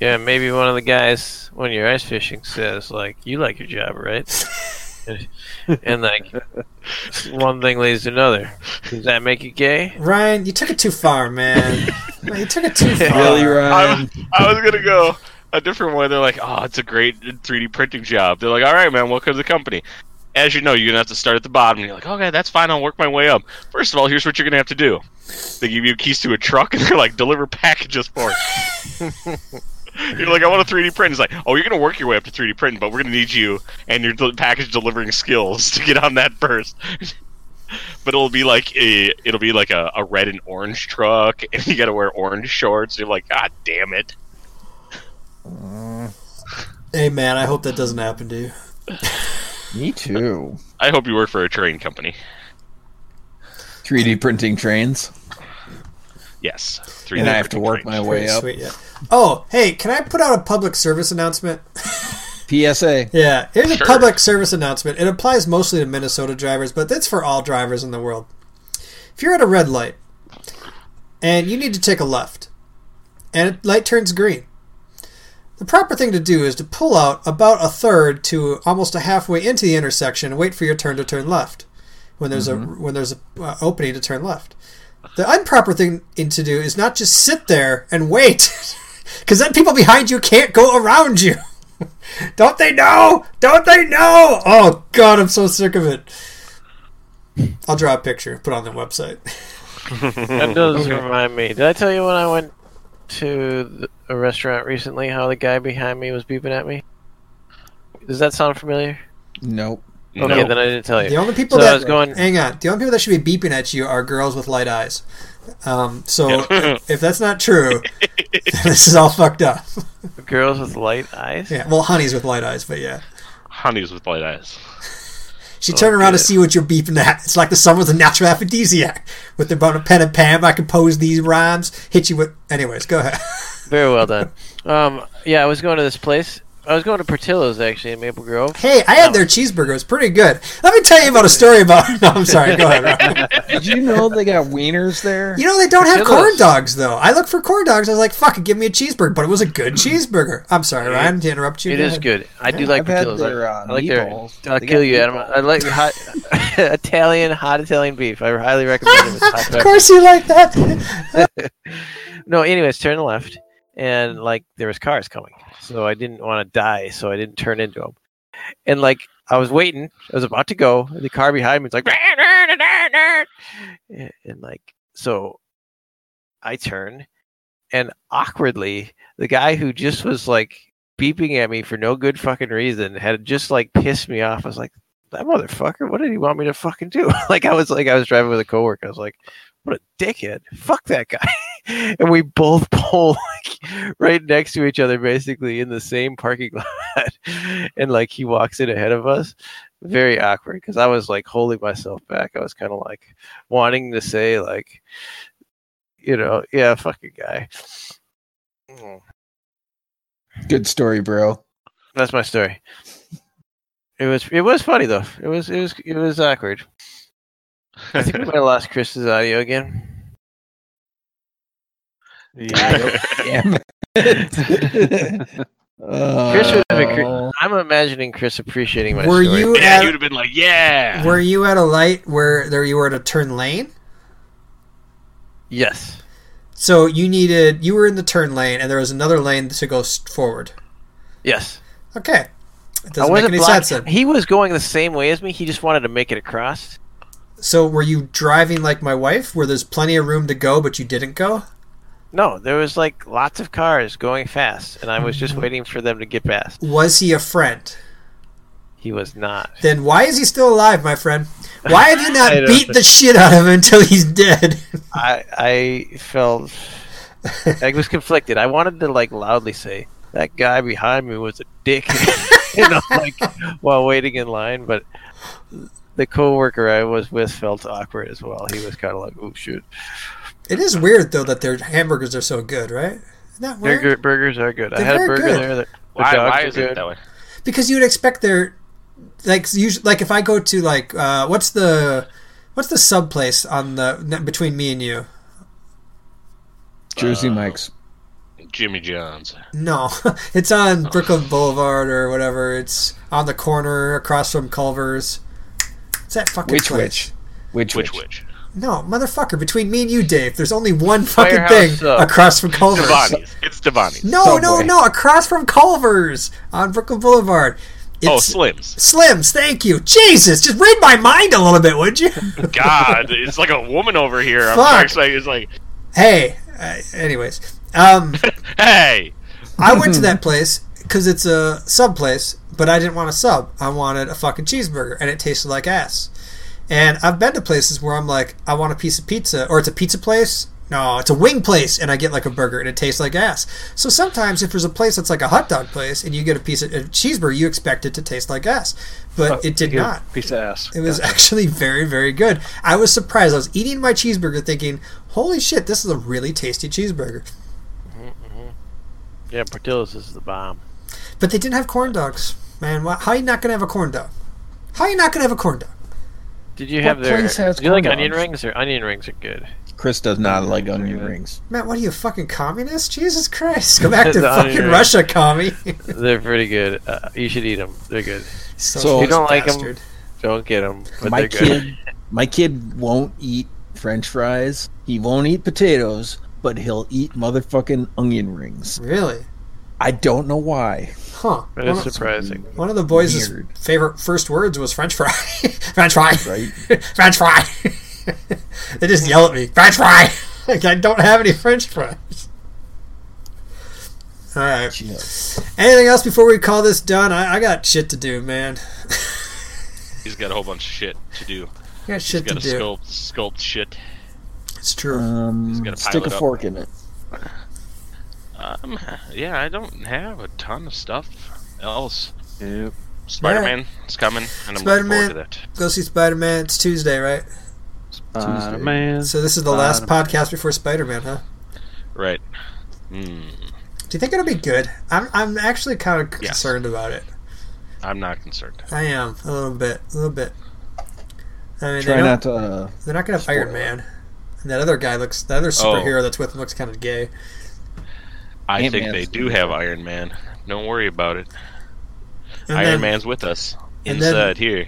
S4: Yeah, maybe one of the guys when you're ice fishing says like, "You like your job, right?" and, and, like, one thing leads to another. Does that make you gay?
S2: Ryan, you took it too far, man. Man, you took it too far.
S6: Really, Ryan?
S5: I was gonna go a different way. They're like, "Oh, it's a great 3D printing job." They're like, "All right, man, welcome to the company." As you know, you're gonna have to start at the bottom. And you're like, "Okay, that's fine. I'll work my way up." First of all, here's what you're gonna have to do. They give you keys to a truck, and they're like, "Deliver packages for it." you're like, "I want a 3D print." It's like, "Oh, you're gonna work your way up to 3D printing, but we're gonna need you and your del- package delivering skills to get on that first. but it'll be like a, it'll be like a, a red and orange truck, and you gotta wear orange shorts. You're like, "God damn it!"
S2: Hey, man, I hope that doesn't happen to you.
S6: Me too.
S5: I hope you work for a train company.
S6: 3D printing trains,
S5: Yes. Three
S6: and I have to work my way
S2: Pretty
S6: up.
S2: Sweet, yeah. Oh, hey, can I put out a public service announcement?
S6: PSA.
S2: Yeah, here's
S5: Sure.
S2: a public service announcement. It applies mostly to Minnesota drivers, but it's for all drivers in the world. If you're at a red light and you need to take a left, and the light turns green, the proper thing to do is to pull out about a third to almost a halfway into the intersection and wait for your turn to turn left when there's a when there's a uh, opening to turn left. The improper thing in- to do is not just sit there and wait, because then people behind you can't go around you. Don't they know? Don't they know? Oh God, I'm so sick of it. I'll draw a picture, put it on the website.
S4: That does remind me. Did I tell you when I went to the, a restaurant recently how the guy behind me was beeping at me? Does that sound familiar?
S6: Nope.
S5: No.
S4: Okay, then I didn't tell
S2: The
S4: you.
S2: only people
S4: So I
S2: that
S4: was going-
S2: hang on, the only people that should be beeping at you are girls with light eyes. Um, so
S5: Yeah.
S2: if that's not true, this is all fucked up.
S4: Girls with light eyes.
S2: Yeah, well, honey's with light eyes, but yeah,
S5: Honeys with light eyes.
S2: she turned around to
S4: good.
S2: see what you're beeping at. It's like the summer's a natural aphrodisiac. With the amount of pen and pam, I compose these rhymes. Hit you with, anyways. Go ahead.
S4: Very well done. Um, yeah, I was going to this place. I was going to Portillo's actually in Maple Grove.
S2: Hey, I had their cheeseburger. It's pretty good. Let me tell you about a story about. No, I'm sorry. Go ahead. Ryan.
S6: Did you know they got wieners there?
S2: You know they don't have
S4: Portillo's.
S2: corn dogs though. I looked for corn dogs. I was like, "Fuck it, give me a cheeseburger." But it was a good cheeseburger. I'm sorry, Ryan, to interrupt you.
S4: It
S2: Go
S4: is
S2: ahead.
S4: good. I do like
S6: I've had
S4: Portillo's.
S6: their,
S4: I-
S6: uh,
S4: I like their.
S6: meatballs.
S4: I'll
S6: They
S4: kill
S6: got
S4: you, Adam. I like hot Italian hot Italian beef. I highly recommend it. With hot
S2: of
S4: pepper.
S2: course you like that.
S4: No. Anyways, turn left, and like there was cars coming, so I didn't want to die, so I didn't turn into them. And like I was waiting, I was about to go. and The car behind me was like, "Rah, rah, rah, rah, rah." and and, like so, I turn, and awkwardly, the guy who just was like beeping at me for no good fucking reason had just like pissed me off. I was like, that motherfucker, what did he want me to fucking do? like I was like I was driving with a coworker. I was like, what a dickhead. Fuck that guy. and we both pull like right next to each other basically in the same parking lot. and like he walks in ahead of us. very awkward because I was like holding myself back. I was kind of like wanting to say like, you know, yeah, fucking guy. Mm,
S6: Good story, bro.
S4: That's my story. It was it was funny though. It was it was it was awkward. I think we might have lost Chris's audio again.
S6: Damn it.
S4: Chris would have been cre-
S6: Uh,
S4: I'm imagining Chris appreciating my
S2: Were
S4: story.
S2: you
S5: yeah,
S2: at-
S5: you'd have been like, yeah.
S2: Were you at a light where there you were at a turn lane?
S4: Yes.
S2: So you needed you were in the turn lane, and there was another lane to go s- forward.
S4: Yes.
S2: Okay, it
S4: I
S2: doesn't make
S4: wasn't
S2: any
S4: blocked.
S2: sense. Then.
S4: He was going the same way as me. He just wanted to make it across.
S2: So were you driving like my wife, where there's plenty of room to go, but you didn't go?
S4: No, there was like lots of cars going fast, and I was just waiting for them to get past.
S2: Was he a friend?
S4: He was not.
S2: Then why is he still alive, my friend? Why have you
S4: I
S2: not
S4: don't
S2: beat the shit out of him until he's dead?
S4: I I felt I was conflicted. I wanted to like loudly say that guy behind me was a dick, you know, like while waiting in line. But the coworker I was with felt awkward as well. He was kind of like, "Oh shoot,
S2: it is weird though that their hamburgers are so good, right? Isn't that
S4: their
S2: weird?
S4: good burgers are good." I
S2: They're
S4: had a
S2: very
S4: burger
S2: good.
S4: there. That, the
S5: Why,
S4: dogs
S5: why
S4: are
S5: is
S4: good.
S5: it that way?
S2: because you would expect their like usually like if I go to like uh, what's the what's the sub place on the n- between me and you?
S6: Jersey Mike's.
S5: Jimmy John's.
S2: No, it's on
S4: Oh.
S2: Brooklyn Boulevard or whatever. It's on the corner across from Culver's. It's that fucking
S6: Which
S2: place.
S6: which? Which
S5: Which
S6: which?
S5: which?
S2: No, motherfucker, between me and you, Dave. There's only one fucking
S4: Firehouse
S2: thing
S4: Sub.
S2: across from Culver's.
S5: Devani's. It's Devani's.
S2: No, no,
S6: Subway.
S2: no! Across from Culver's on Brooklyn Boulevard.
S5: Oh,
S2: It's
S5: Slim's.
S2: Slims. Thank you, Jesus. Just read my mind a little bit, would you?
S5: God, it's like a woman over here. I'm
S2: Fuck.
S5: actually, it's like,
S2: hey uh, anyways um
S5: hey.
S2: i went to that place because it's a sub place but i didn't want a sub i wanted a fucking cheeseburger and it tasted like ass and i've been to places where i'm like i want a piece of pizza or it's a pizza place no it's a wing place and i get like a burger and it tastes like ass so sometimes if there's a place that's like a hot dog place and you get a piece of a cheeseburger you expect it to taste like ass but it did
S3: Give a
S2: not
S3: Piece of ass.
S2: it was actually very, very good. I was surprised. I was eating my cheeseburger thinking, holy shit, this is a really tasty cheeseburger.
S4: Yeah, Portillo's is the bomb.
S2: But they didn't have corn dogs. Man, why, how are you not going to have a corn dog? How are you not going to have a corn dog?
S4: Did you have their?
S6: place has
S4: Do you like
S6: corn
S4: onion
S6: dogs?
S4: rings? Or onion rings are good.
S6: Chris does not like onion rings.
S2: Man, what are you, a fucking communist? Jesus Christ. Go back to
S4: No,
S2: fucking
S4: you're right.
S2: Russia, commie.
S4: They're pretty good. Uh, you should eat them. They're good.
S2: Socialist
S4: You don't like 'em?
S2: bastard.
S4: Don't get them, but
S6: my
S4: they're good.
S6: kid, my kid won't eat French fries. He won't eat potatoes, but he'll eat motherfucking onion rings.
S2: Really?
S6: I don't know why.
S2: Huh.
S4: That
S2: One
S4: is
S2: of,
S4: surprising.
S2: one of the boys'
S6: Weird.
S2: favorite first words was French fry. French fry.
S6: Right?
S2: French fry. they just yell at me, French fry. like I don't have any French fries. All right.
S6: Yeah.
S2: Anything else before we call this done? I, I got shit to do, man.
S5: He's got a whole bunch of shit to do.
S2: I got
S5: He's
S2: shit to
S5: got to
S2: do.
S5: sculpt, sculpt shit.
S2: It's true.
S5: He's
S6: Um,
S5: gotta pile
S6: stick a
S5: it up.
S6: fork in it.
S5: Um, yeah, I don't have a ton of stuff else.
S3: Yep.
S5: Spider Man is coming, and I'm
S2: Spider-Man.
S5: looking forward to that.
S2: Go see Spider Man. It's Tuesday, right?
S3: Spider-Man.
S2: So this is the
S5: Uh,
S2: last
S3: Spider-Man.
S2: podcast before Spider Man, huh?
S5: Right. Mm,
S2: Do you think it'll be good? I'm I'm actually kind of
S5: Yes.
S2: concerned about it.
S5: I'm not concerned.
S2: I am a little bit, a little bit. I mean, they
S6: Try
S2: don't-
S6: not to. Uh,
S2: They're not gonna have
S6: Spoiler.
S2: Iron Man. And that other guy looks. That
S5: Oh.
S2: other superhero that's with him looks kind of gay.
S5: I think
S6: Ant-Man's
S5: they do
S6: gonna be
S5: have Iron Man. Don't worry about it.
S2: And
S5: Iron
S2: then,
S5: Man's with us
S2: and then-
S5: inside here.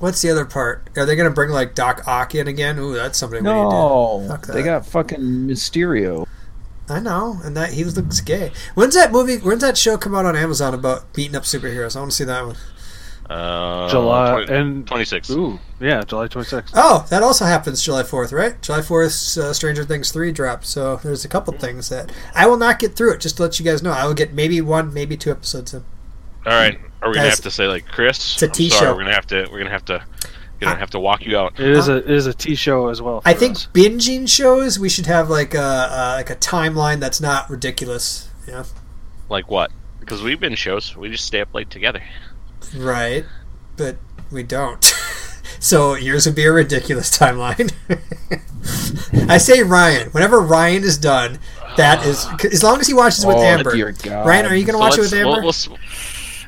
S2: What's the other part? Are they gonna bring like Doc Ock in again? Ooh, that's something we
S6: no,
S2: Fuck
S6: they
S2: that.
S6: got fucking Mysterio.
S2: need to. I know, and that he looks gay. When's that movie? When's that show come out on Amazon about beating up superheroes? I want to see that one.
S5: Uh,
S3: July
S5: 20
S3: and
S5: 26.
S3: ooh, yeah, July 26th.
S2: Oh, that also happens July fourth, right? July fourth, uh, Stranger Things three drops. So there's a
S4: Mm-hmm.
S2: couple things that I will not get through it. Just to let you guys know, I will get maybe one, maybe two episodes in.
S5: All right, are we gonna
S2: Guys,
S5: have to say like Chris?
S2: it's a
S5: I'm
S2: tea
S5: sorry,
S2: show.
S5: We're gonna have to. We're gonna have to. Gonna have to walk you out.
S3: It is a it is a T show as well.
S2: I
S3: for
S2: think
S3: us.
S2: binging shows we should have like a uh, like a timeline that's not ridiculous. You know?
S5: Like what? Because we've been shows. We just stay up late together.
S2: Right. But we don't. so yours would be a ridiculous timeline. I say Ryan. Whenever Ryan is done, that is as long as he watches with
S6: Oh,
S2: Amber.
S6: dear God.
S2: Ryan, are you going to
S5: So
S2: watch it
S5: let's-
S2: with Amber?
S5: we'll- we'll
S3: Uh,
S5: s-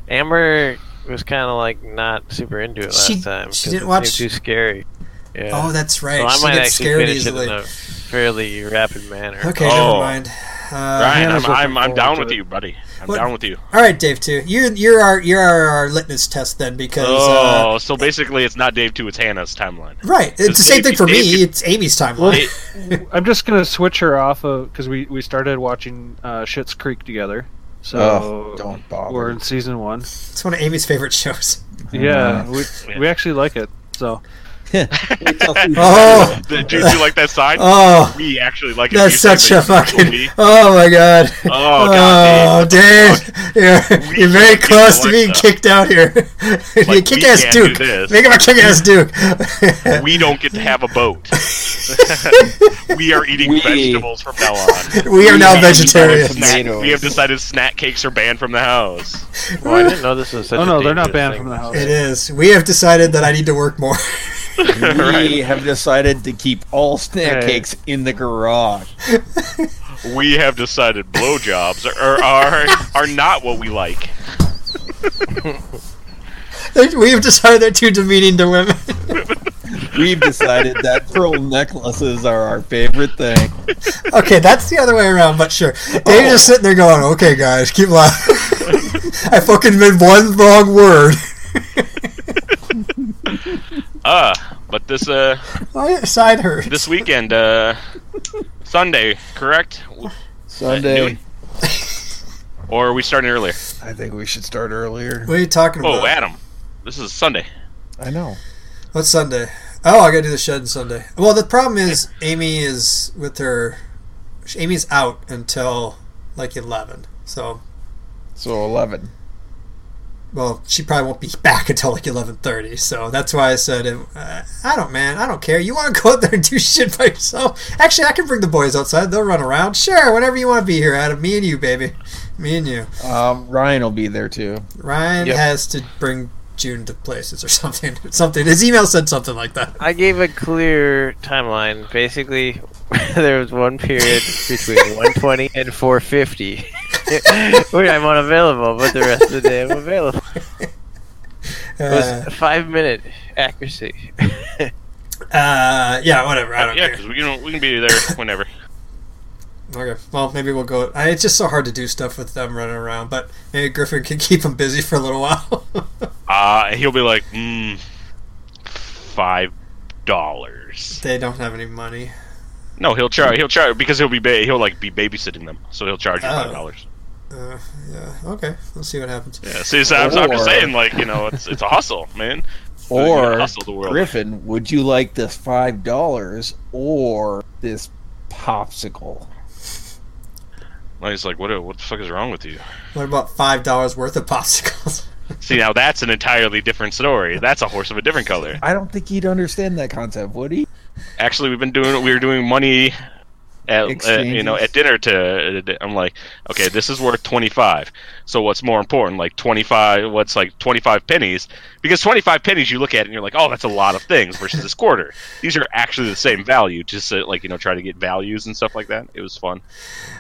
S4: Amber was kind of like not super into it last
S2: She-
S4: time.
S2: she
S4: 'cause
S2: didn't
S4: it
S2: watch-
S4: seemed Too scary. Yeah.
S2: oh, that's right.
S4: so I
S2: she
S4: might
S2: gets
S4: actually
S2: scared
S4: finish
S2: easily.
S4: it in a fairly rapid manner.
S2: Okay, never
S5: Oh.
S2: mind. Uh,
S5: Ryan,
S3: Hannah's
S5: I'm,
S3: looking
S5: I'm, I'm
S3: forward
S5: down
S3: to
S5: with
S3: it.
S5: you, buddy. I'm
S2: What-
S5: down with you.
S2: All right, Dave. Two. You're you're our you're our, our litmus test then because
S5: Oh, so basically, it's not Dave two, it's Hannah's timeline.
S2: uh, right. It's the same
S5: Dave-
S2: thing for
S5: Dave-
S2: me. It's Amy's timeline.
S5: Dave-
S3: I'm just gonna switch her off of because we we started watching uh, Shit's Creek together. So
S6: Oh, don't bother.
S3: We're in season one.
S2: It's one of Amy's favorite shows.
S3: Yeah, we, we actually like it. So
S2: Oh,
S5: the- Do you like that sign?
S2: oh,
S5: we actually like it.
S2: that's
S5: You said
S2: such a
S5: that you-
S2: fucking.
S5: we-
S2: Oh my god.
S5: Oh, God,
S2: Oh, Dave, you're,
S5: We
S2: you're very
S5: can't do
S2: close to
S5: what,
S2: being
S5: though?
S2: kicked out here. you
S5: we
S2: kick ass
S5: can't do
S2: Duke.
S5: this.
S2: Make him a kick ass Duke.
S5: We don't get to have a boat. we are eating
S6: We-
S5: vegetables from now on.
S2: we are now
S5: We have decided
S2: vegetarians.
S5: snack- We have decided snack cakes are banned from the house.
S4: Well, I didn't know this was such
S3: oh
S4: a
S3: no, they're not
S4: dangerous
S3: banned
S4: thing.
S3: from the house.
S2: It is. We have decided that I need to work more.
S6: We have decided to keep all snack
S3: Hey.
S6: cakes in the garage.
S5: We have decided blowjobs are are, are not what we like.
S2: we have decided they're too demeaning to women.
S6: We've decided that pearl necklaces are our favorite thing.
S2: Okay, that's the other way around, but sure. Dave's
S5: Oh.
S2: just sitting there going, okay, guys, keep laughing. I fucking meant one wrong word.
S5: Uh, but this uh
S2: My Oh, side hurts.
S5: this weekend uh Sunday, correct?
S8: Sunday.
S5: Noon? Or are we starting earlier?
S8: I think we should start earlier.
S2: what are you talking about?
S5: Oh, Adam. This is Sunday.
S8: I know.
S2: What's Sunday? Oh, I gotta do the shed Sunday. Well, the problem is Amy is with her. Amy's out until like eleven. So,
S8: So eleven.
S2: well, she probably won't be back until like eleven thirty. So that's why I said, uh, I don't, man, I don't care. You want to go out there and do shit by yourself? Actually, I can bring the boys outside. They'll run around. Sure, whenever you want to be here, Adam. Me and you, baby. Me and you.
S8: Um, Ryan will be there too.
S2: Ryan
S4: Yep.
S2: has to bring June to places or something. Something. His email said something like that.
S4: I gave a clear timeline. Basically, there was one period between 120 and 450 where I'm unavailable, but the rest of the day I'm available. It was
S2: Uh,
S4: five minute accuracy.
S2: uh, yeah, whatever. I don't
S5: yeah,
S2: care.
S5: because we can we can be there whenever.
S2: Okay. Well, maybe we'll go. I, it's just so hard to do stuff with them running around, but maybe Griffin can keep them busy for a little while.
S5: Uh and he'll be like, mm, five dollars.
S2: they don't have any money.
S5: No, he'll charge. He'll charge because he'll be ba- he'll like be babysitting them, so he'll charge you
S2: Oh.
S5: five dollars.
S2: Uh, yeah. Okay. Let's see what happens.
S5: Yeah, see, so I'm, I'm just
S6: Or-
S5: saying, like you know, it's it's a hustle, man. You gotta
S6: Or
S5: hustle the world.
S6: Griffin, would you like this five dollars or this popsicle?
S5: And he's like, what what the fuck is wrong with you?
S2: What about five dollars worth of popsicles?
S5: See, now that's an entirely different story. That's a horse of a different color.
S6: I don't think he'd understand that concept, would he?
S5: Actually, we've been doing we were doing money. At, uh, you know,
S6: Exchanges.
S5: at dinner to, I'm like, okay, this is worth 25. So what's more important, like 25? What's like 25 pennies? Because 25 pennies, you look at it and you're like, oh, that's a lot of things versus this quarter. These are actually the same value. Just uh, like you know, try to get values and stuff like that. It was fun.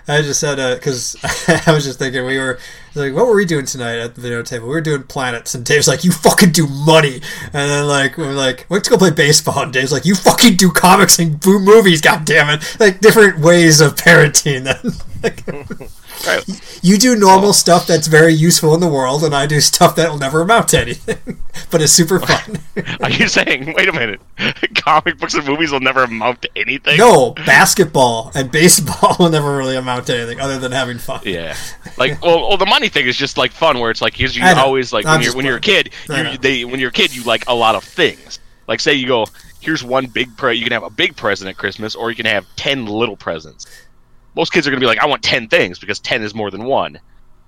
S2: I just had a because I was just thinking we were like, what were we doing tonight at the video table? We were doing planets, and Dave's like, you fucking do money, and then like we we're like, let's go play baseball, and Dave's like, you fucking do comics and boo movies, god damn it! Like different ways of parenting. Then like,
S5: Right.
S2: you do normal stuff that's very useful in the world, and I do stuff that will never amount to anything, but it's super fun.
S5: Are you saying, wait a minute, comic books and movies will never amount to anything?
S2: no, basketball and baseball will never really amount to anything other than having fun.
S5: Yeah. Like, well, well, the money thing is just like fun, where it's like, here's you
S2: I know.
S5: always like
S2: I'm
S5: when you're
S2: just
S5: when you're a kid,
S2: I know.
S5: you, they when you're a kid you like a lot of things. Like, say you go, here's one big pre. You can have a big present at Christmas, or you can have ten little presents. Most kids are gonna be like, I want ten things because ten is more than one,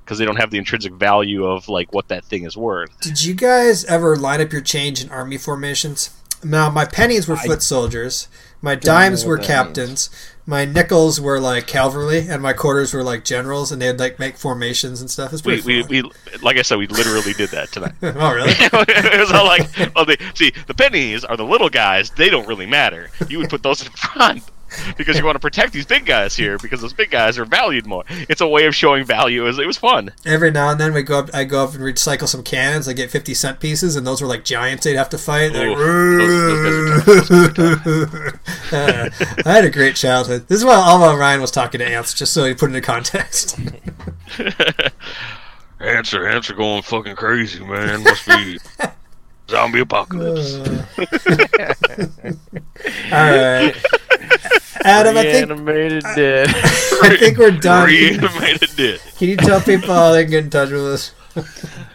S5: because they don't have the intrinsic value of like what that thing is worth.
S2: Did you guys ever line up your change in army formations? Now my pennies were foot soldiers, my dimes
S6: know
S2: were
S6: what that means.
S2: captains, my nickels were like cavalry, and my quarters were like generals, and they'd like make formations and stuff. It's
S5: We,
S2: pretty
S5: we,
S2: fun.
S5: we, like I said, we literally did that tonight.
S2: oh really?
S5: it was all like, well, they, see, the pennies are the little guys. They don't really matter. You would put those in front because you want to protect these big guys here because those big guys are valued more. It's a way of showing value. It was, it was fun.
S2: Every now and then we go up. I go up and recycle some cannons. I get fifty cent pieces, and those were like giants. They'd have to fight. They're like,
S5: Ooh, those- those
S2: Uh, I had a great childhood. This is why all while Ryan was talking to ants, just so he put it into context.
S5: Ants are, ants are going fucking crazy, man. Must be zombie apocalypse.
S2: all Uh, right, Adam. I think
S4: Animated dead.
S2: I think we're done.
S5: Reanimated it.
S2: Can you tell people how they can get in touch with us?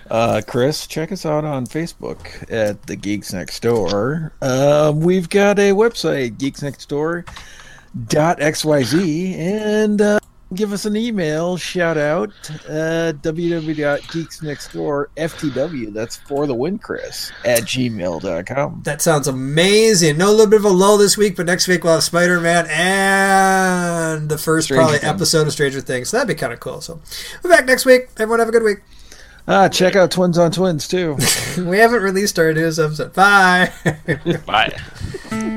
S6: Uh, Chris, check us out on Facebook at the Geeks Next Door. Uh, we've got a website, geeksnextdoor.xyz, and uh, give us an email shout out uh, www.geeksnextdoorftw. That's for the win, Chris at gmail.com.
S2: That sounds amazing. No, a little bit of a lull this week, but next week we'll have Spider Man and the first
S6: Stranger
S2: probably
S6: Things.
S2: episode of Stranger Things. So that'd be kind of cool. So we're back next week. Everyone have a good week.
S6: Ah, check out Twins on Twins, too.
S2: We haven't released our newest episode. Bye.
S5: Bye.